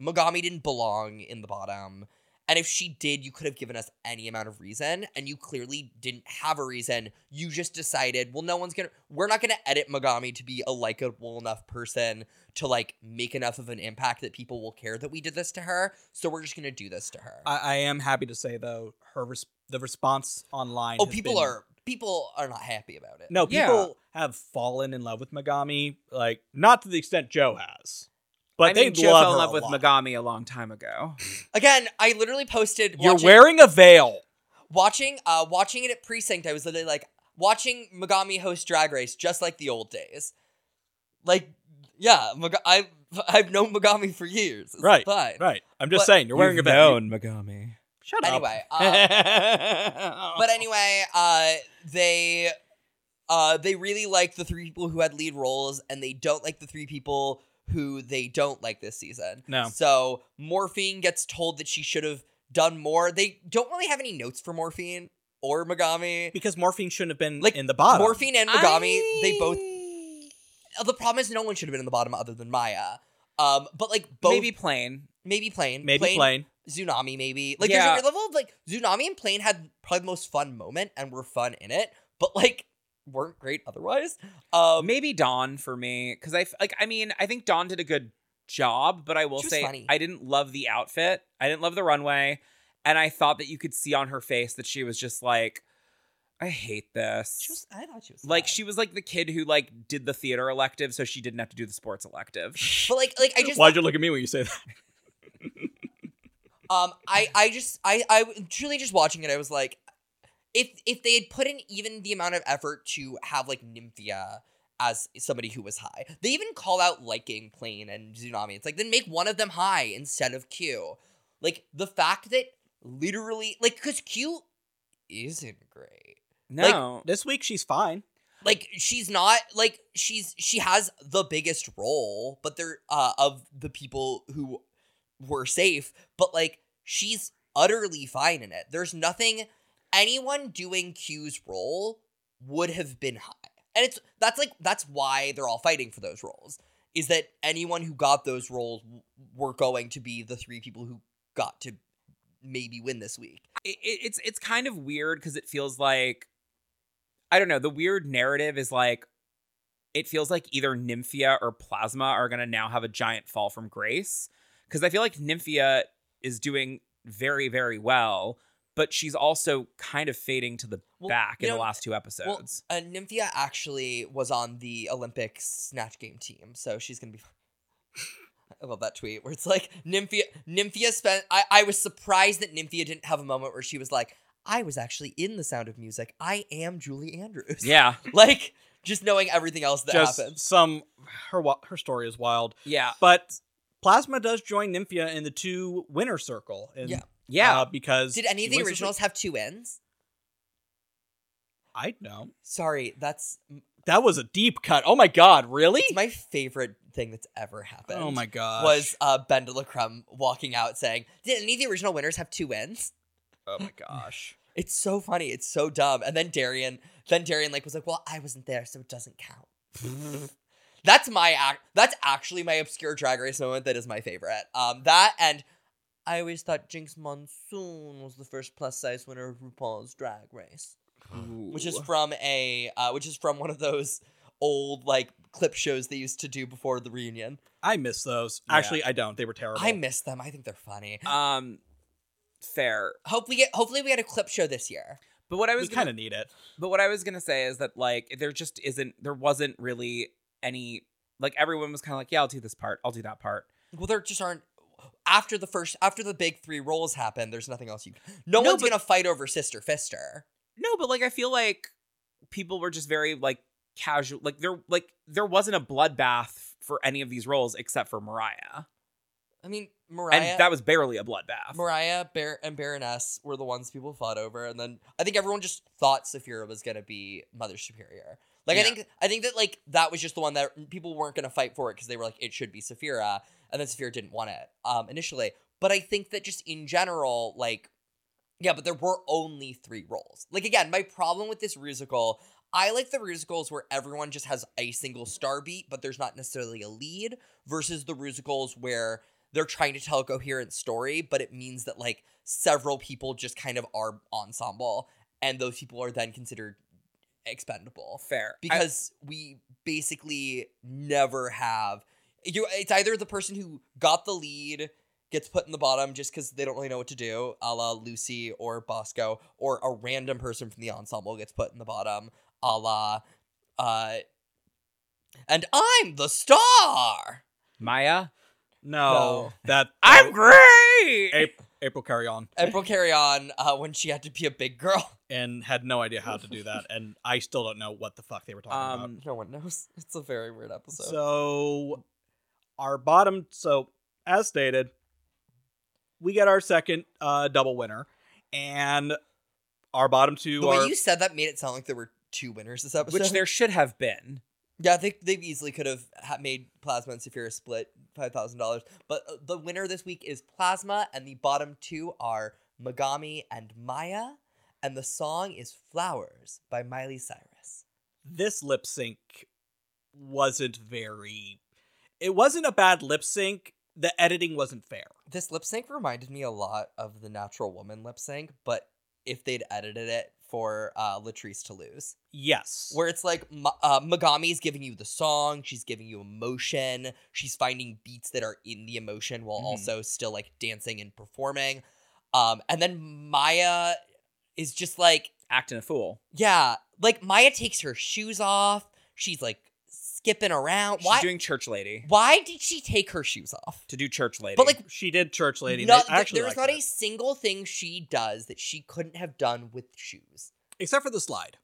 Mogami didn't belong in the bottom and if she did you could have given us any amount of reason and you clearly didn't have a reason you just decided well no one's gonna we're not gonna edit Mogami to be a likable enough person to like make enough of an impact that people will care that we did this to her so we're just gonna do this to her I, I am happy to say though, her res- the response online. oh has people been- are people are not happy about it no Yeah. people have fallen in love with Megami, like not to the extent Joe has. I But mean, they Joe love fell in her love a with lot. Megami a long time ago. Again, I literally posted You're watching, wearing a veil. watching uh watching it at precinct. I was literally like watching Megami host Drag Race just like the old days. Like yeah, Meg- I I've known Megami for years. It's Right, Fine. Right. I'm just But- saying, you're wearing a veil. Megami. (laughs) Shut up. Anyway, um, but anyway, uh, they uh, they really like the three people who had lead roles, and they don't like the three people who they don't like this season. No. So Morphine gets told that she should have done more. They don't really have any notes for Morphine or Megami. because morphine shouldn't have been Like, in the bottom. Morphine and Megami, they both. The problem is, no one should have been in the bottom other than Maya. Um, but like both, Maybe plain. maybe Plane, maybe plain. Tsunami, maybe. Like, Yeah. there's a weird level of like Tsunami and Plane had probably the most fun moment and were fun in it, but like weren't great otherwise. Um, Oh, Maybe Dawn for me because I f- like. I mean, I think Dawn did a good job, but I will She was say funny. I didn't love the outfit. I didn't love the runway, and I thought that you could see on her face that she was just like, I hate this. she was, I thought she was like fine. she was like the kid who like did the theater elective, so she didn't have to do the sports elective. (laughs) but like, like I just, Why'd you look at me when you say that? um, I, I just, I, I w- truly just watching it, I was like, if if they had put in even the amount of effort to have like Nymphia as somebody who was high, they even call out liking Plane and Tsunami. It's like then make one of them high instead of Q. Like the fact that literally, like, because Q isn't great. No, This week she's fine. like she's not like she's she has the biggest role but they're uh of the people who were safe but like she's utterly fine in it there's nothing anyone doing q's role would have been high and it's that's like that's why they're all fighting for those roles is that anyone who got those roles w- were going to be the three people who got to maybe win this week it, it- it's it's kind of weird because it feels like I don't know. The weird narrative is like it feels like either Nymphia or Plasma are gonna now have a giant fall from grace because I feel like Nymphia is doing very very well, but she's also kind of fading to the Well, back you in the know, last two (laughs) episodes. Well, uh, Nymphia actually was on the Olympic snatch game team, so she's gonna be. (laughs) I love that tweet where it's like Nymphia. Nymphia spent. I, I was surprised that Nymphia didn't have a moment where she was like, "I was actually in The Sound of Music. I am Julie Andrews." yeah, (laughs) like just knowing everything else that Just happens. Uh, some her wi- her story is wild, yeah, but Plasma does join Nymphia in the two winner circle. And, Yeah. yeah. uh, because Did any she of the wins this originals week. have two ends? I know Sorry, that's that was a deep cut. Oh my god, really? it's my favorite thing that's ever happened. Oh my god, Was uh, Ben de la Creme walking out saying, "Did any of the original winners have two ends?" oh my gosh. It's so funny. It's so dumb. And then Darian, then Darian like was like, "Well, I wasn't there, so it doesn't count." that's my act. That's actually my obscure Drag Race moment. That is my favorite. Um, that and I always thought Jinx Monsoon was the first plus size winner of RuPaul's Drag Race, which is from a uh, which is from one of those old like clip shows they used to do before the reunion. I miss those. Yeah. Actually, I don't. They were terrible. I miss them. I think they're funny. um fair. Hopefully, hopefully we had a clip show this year. But what I we was gonna kind of need it. But what I was gonna say is that like there just isn't there wasn't really any like everyone was kind of like yeah I'll do this part I'll do that part Well, there just aren't. After the first, after the big three rolls happen, there's nothing else you. No, No, one's but- gonna fight over Sister Fister. no but like I feel like people were just very like casual like there like there wasn't a bloodbath for any of these roles except for Mariah, I mean, Mariah, and that was barely a bloodbath Mariah Bar- and Baroness were the ones people fought over, and then I think everyone just thought Saphira was gonna be Mother Superior. Like I Yeah. think I think that like that was just the one that people weren't gonna fight for it because they were like it should be Saphira, and then Saphira didn't want it um, initially. But I think that just in general, like yeah, but there were only three roles. Like again, my problem with this musical I like the musicals where everyone just has a single star beat, but there's not necessarily a lead, versus the musicals where they're trying to tell a coherent story, but it means that like several people just kind of are ensemble, and those people are then considered expendable fair I- because we basically never have you it's either the person who got the lead gets put in the bottom just because they don't really know what to do a la lucy or bosco or a random person from the ensemble gets put in the bottom a la uh and i'm the star Maya No, No. that I'm great. April, April carry on April carry on uh, when she had to be a big girl. (laughs) and had no idea how to do that, and I still don't know what the fuck they were talking about. Um, No one knows. It's a very weird episode. So, our bottom. So, as stated, we get our second uh, double winner, and our bottom two the are. way you said that made it sound like there were two winners this episode. which there should have been. yeah, I think they easily could have ha- made Plasma and Saphira split five thousand dollars. But uh, the winner this week is Plasma, and the bottom two are Megami and Maya, and the song is "Flowers" by Miley Cyrus. this lip sync wasn't very. It wasn't a bad lip sync. The editing wasn't fair. This lip sync reminded me a lot of the Natural Woman lip sync, but if they'd edited it for uh, Latrice to lose. Yes. where it's like Ma- uh, Megami's giving you the song, she's giving you emotion, she's finding beats that are in the emotion while Mm-hmm. Mhm. also still like dancing and performing. Um, and then Maya is just like, Acting a fool. yeah, like Maya takes her shoes off, she's like skipping around. She's why? doing church lady why did she take her shoes off? to do church lady. But like she did church lady. not- I actually there's not liked it. a single thing she does that she couldn't have done with shoes. except for the slide.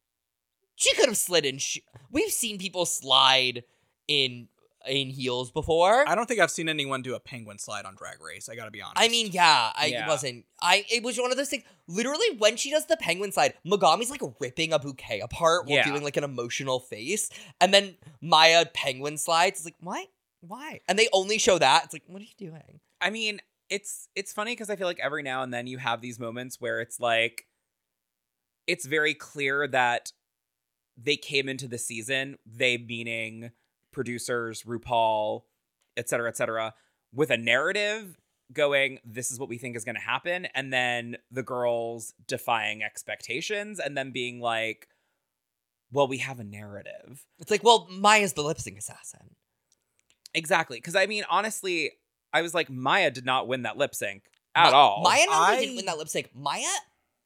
she could have slid in. Sh- We've seen people slide in in heels (laughs) before. I don't think I've seen anyone do a penguin slide on Drag Race. I gotta be honest. I mean, yeah, I Yeah. wasn't. I it was one of those things. Literally, when she does the penguin slide, Megami's like ripping a bouquet apart while Yeah. doing like an emotional face, and then Maya penguin slides. It's like what? Why? And they only show that. It's like, what are you doing? I mean, it's it's funny because I feel like every now and then you have these moments where it's like it's very clear that they came into the season, they meaning producers, RuPaul, et cetera, et cetera, with a narrative going, this is what we think is gonna happen, and then the girls defying expectations and then being like, Well, we have a narrative. It's like, well, Maya's the lip sync assassin. Exactly. Because I mean, honestly, I was like, Maya did not win that lip sync Ma- at all. Maya not only I- didn't win that lip sync. Maya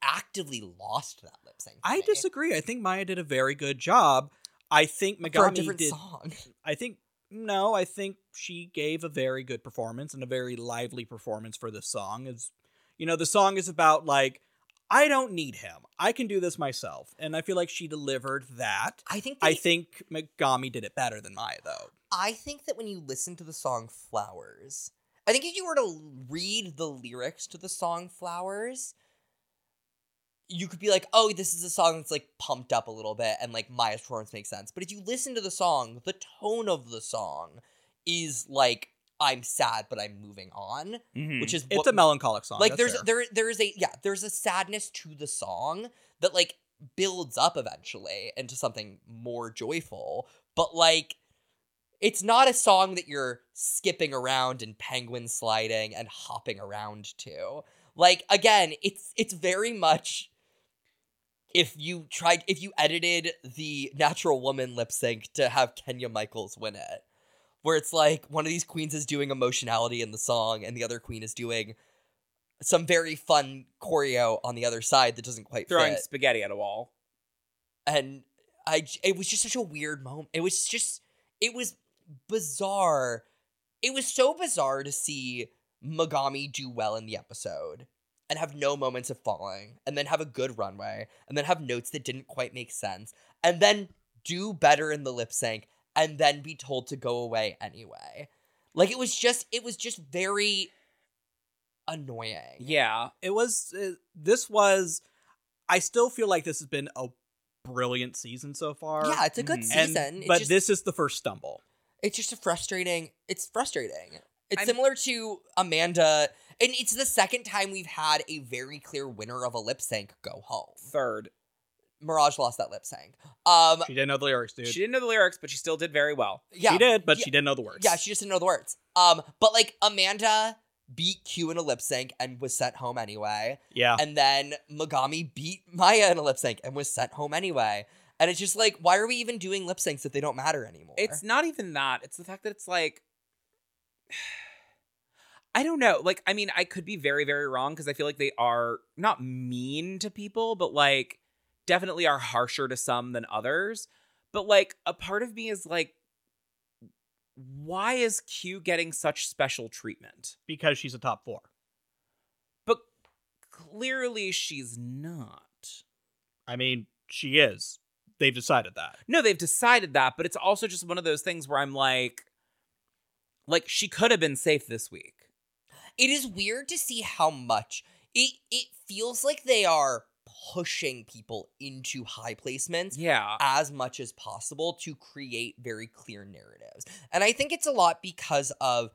actively lost that lip sync. for I me. disagree. I think Maya did a very good job. I think for a Megami different did. song. (laughs) I think no. I think she gave a very good performance and a very lively performance for this song. Is you know the song is about like I don't need him. I can do this myself, and I feel like she delivered that. I think. I they- think Megami did it better than Maya though. I think that when you listen to the song Flowers, I think if you were to l- read the lyrics to the song Flowers, you could be like, oh, this is a song that's like pumped up a little bit and like Maya's performance makes sense. But if you listen to the song, the tone of the song is like, I'm sad, but I'm moving on, Mhm. which is It's what- a melancholic song. like that's there's fair. there there's a yeah there's a sadness to the song that like builds up eventually into something more joyful but like it's not a song that you're skipping around and penguin sliding and hopping around to like again it's it's very much if you tried if you edited the natural woman lip sync to have kenya michaels win it where it's like one of these queens is doing emotionality in the song and the other queen is doing some very fun choreo on the other side that doesn't quite throwing fit spaghetti at a wall. and I j- it was just such a weird moment. It was just it was bizarre. It was so bizarre to see Megami do well in the episode and have no moments of falling and then have a good runway and then have notes that didn't quite make sense and then do better in the lip sync and then be told to go away anyway. Like it was just it was just very annoying. Yeah. it was uh, this was i still feel like this has been a brilliant season so far Yeah, it's a good Mhm. And- season. It but just- this is the first stumble it's just a frustrating it's frustrating it's I'm- similar to amanda and it's the second time we've had a very clear winner of a lip sync go home Third. mirage lost that lip sync um she didn't know the lyrics dude She she, didn't know the lyrics, but she still did very well. yeah did but yeah, she didn't know the words yeah she just didn't know the words um but like amanda beat q in a lip sync and was sent home anyway yeah and then Megami beat Maya in a lip sync and was sent home anyway. And it's just like, why are we even doing lip syncs if they don't matter anymore? It's not even that. It's the fact that it's like (sighs) I don't know. Like, I mean, I could be very, very wrong because I feel like they are not mean to people, but like definitely are harsher to some than others. But like a part of me is like why is Q getting such special treatment? because she's a top four. But clearly she's not. I mean, she is. They've decided that. No, they've decided that, but it's also just one of those things where I'm like like she could have been safe this week. It is weird to see how much it it feels like they are pushing people into high placements Yeah. as much as possible to create very clear narratives. And I think it's a lot because of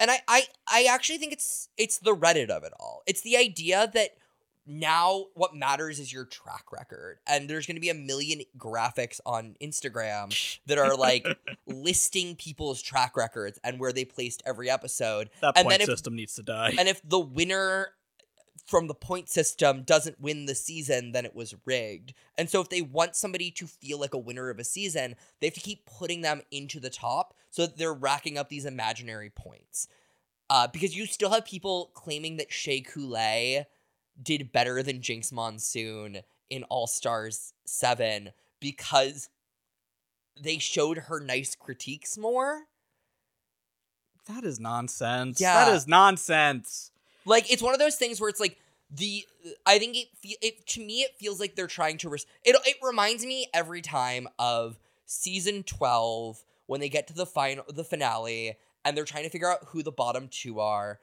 and I I I actually think it's it's the Reddit of it all. It's the idea that now what matters is your track record. And there's going to be a million graphics on Instagram that are like listing people's track records and where they placed every episode. That And then point if- system needs to die. And if the winner from the point system doesn't win the season, then it was rigged. And so if they want somebody to feel like a winner of a season, they have to keep putting them into the top so that they're racking up these imaginary points. Uh, because you still have people claiming that Shea Coulee did better than Jinx Monsoon in All Stars 7 because they showed her nice critiques more. that is nonsense. Yeah. That is nonsense. Like it's one of those things where it's like the I think it fe- it to me it feels like they're trying to res- it it reminds me every time of season 12 when they get to the final the finale and they're trying to figure out who the bottom two are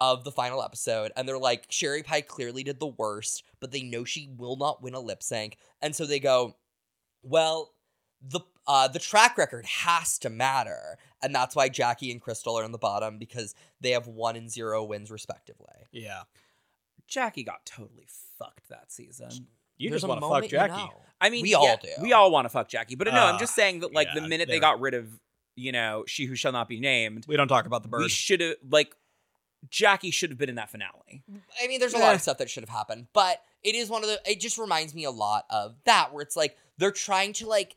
of the final episode and they're like Sherry Pie clearly did the worst but they know she will not win a lip sync and so they go well the uh the track record has to matter and that's why Jackie and Crystal are on the bottom because they have 1 and 0 wins respectively Yeah. Jackie got totally fucked that season. You There's just a want to moment fuck you Jackie. know. I mean, We yeah, all do. We all want to fuck Jackie, but no, I'm Ah, just saying that like the yeah, minute they they're- got rid of, you know, she who shall not be named, We don't talk about the we bird. should have like Jackie should have been in that finale. I mean, there's a lot Yeah. of stuff that should have happened, but it is one of the. It just reminds me a lot of that, where it's like they're trying to like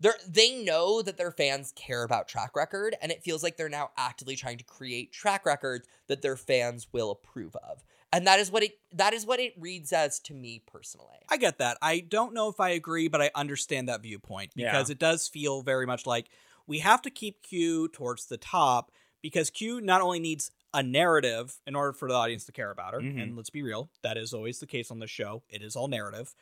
they're they know that their fans care about track record, and it feels like they're now actively trying to create track records that their fans will approve of, and that is what it that is what it reads as to me personally. I get that. I don't know if I agree, but I understand that viewpoint Yeah. because it does feel very much like we have to keep Q towards the top because Q not only needs a narrative in order for the audience to care about her, Mhm. and let's be real, that is always the case on this show. It is all narrative.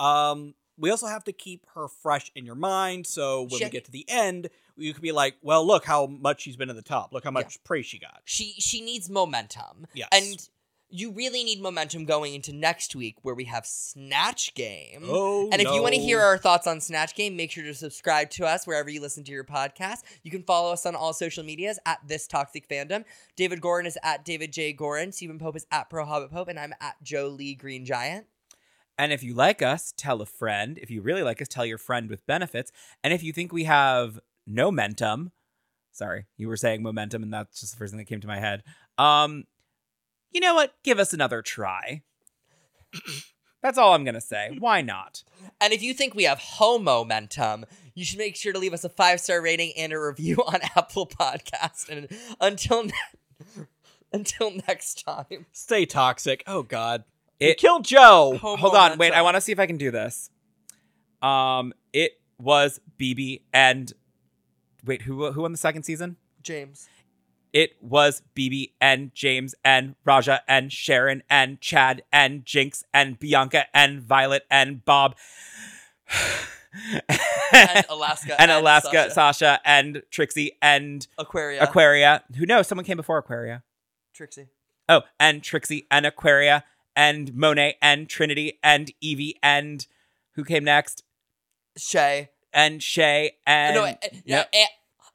Um, we also have to keep her fresh in your mind, so when we Shit. get to the end, you could be like, "Well, look how much she's been at the top. Look how much praise she got." She she needs momentum, Yes, and you really need momentum going into next week where we have Snatch Game. oh, And if you want to no. hear our thoughts on Snatch Game, make sure to subscribe to us wherever you listen to your podcast. You can follow us on all social medias at This Toxic Fandom. David Gorin is at David J. Gorin. Stephen Pope is at Pro Hobbit Pope, and I'm at Joe Lee Green Giant. And if you like us, tell a friend. If you really like us, tell your friend with benefits. And if you think we have no momentum, sorry, you were saying momentum, and that's just the first thing that came to my head. Um, you know what? Give us another try. (clears throat) that's all I'm gonna say. Why not? And if you think we have homo momentum, you should make sure to leave us a five star rating and a review (laughs) on Apple Podcast. And until ne- (laughs) until next time. stay toxic. Oh God, it It- killed Joe. Homo Hold on, wait. momentum. I want to see if I can do this. Um, it was BB and wait, who who won the second season? James. It was BB and James and Raja and Sharon and Chad and Jinx and Bianca and Violet and Bob (sighs) And (laughs) Alaska. and Alaska, Sasha. Sasha. and Trixie and Aquaria. Aquaria. Who knows? Someone came before Aquaria. Trixie. Oh, and Trixie and Aquaria and Monet and Trinity and Evie and who came next? Shay. and Shay and no, and, yeah, yep.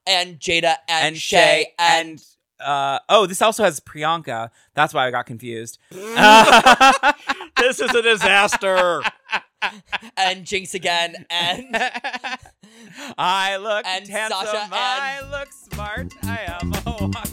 and, and Jada and, and Shay, and, and uh oh, this also has Priyanka. That's why I got (laughs) confused. this is a disaster. and Jinx again and I look And handsome. Sasha and- I look smart. I am a walking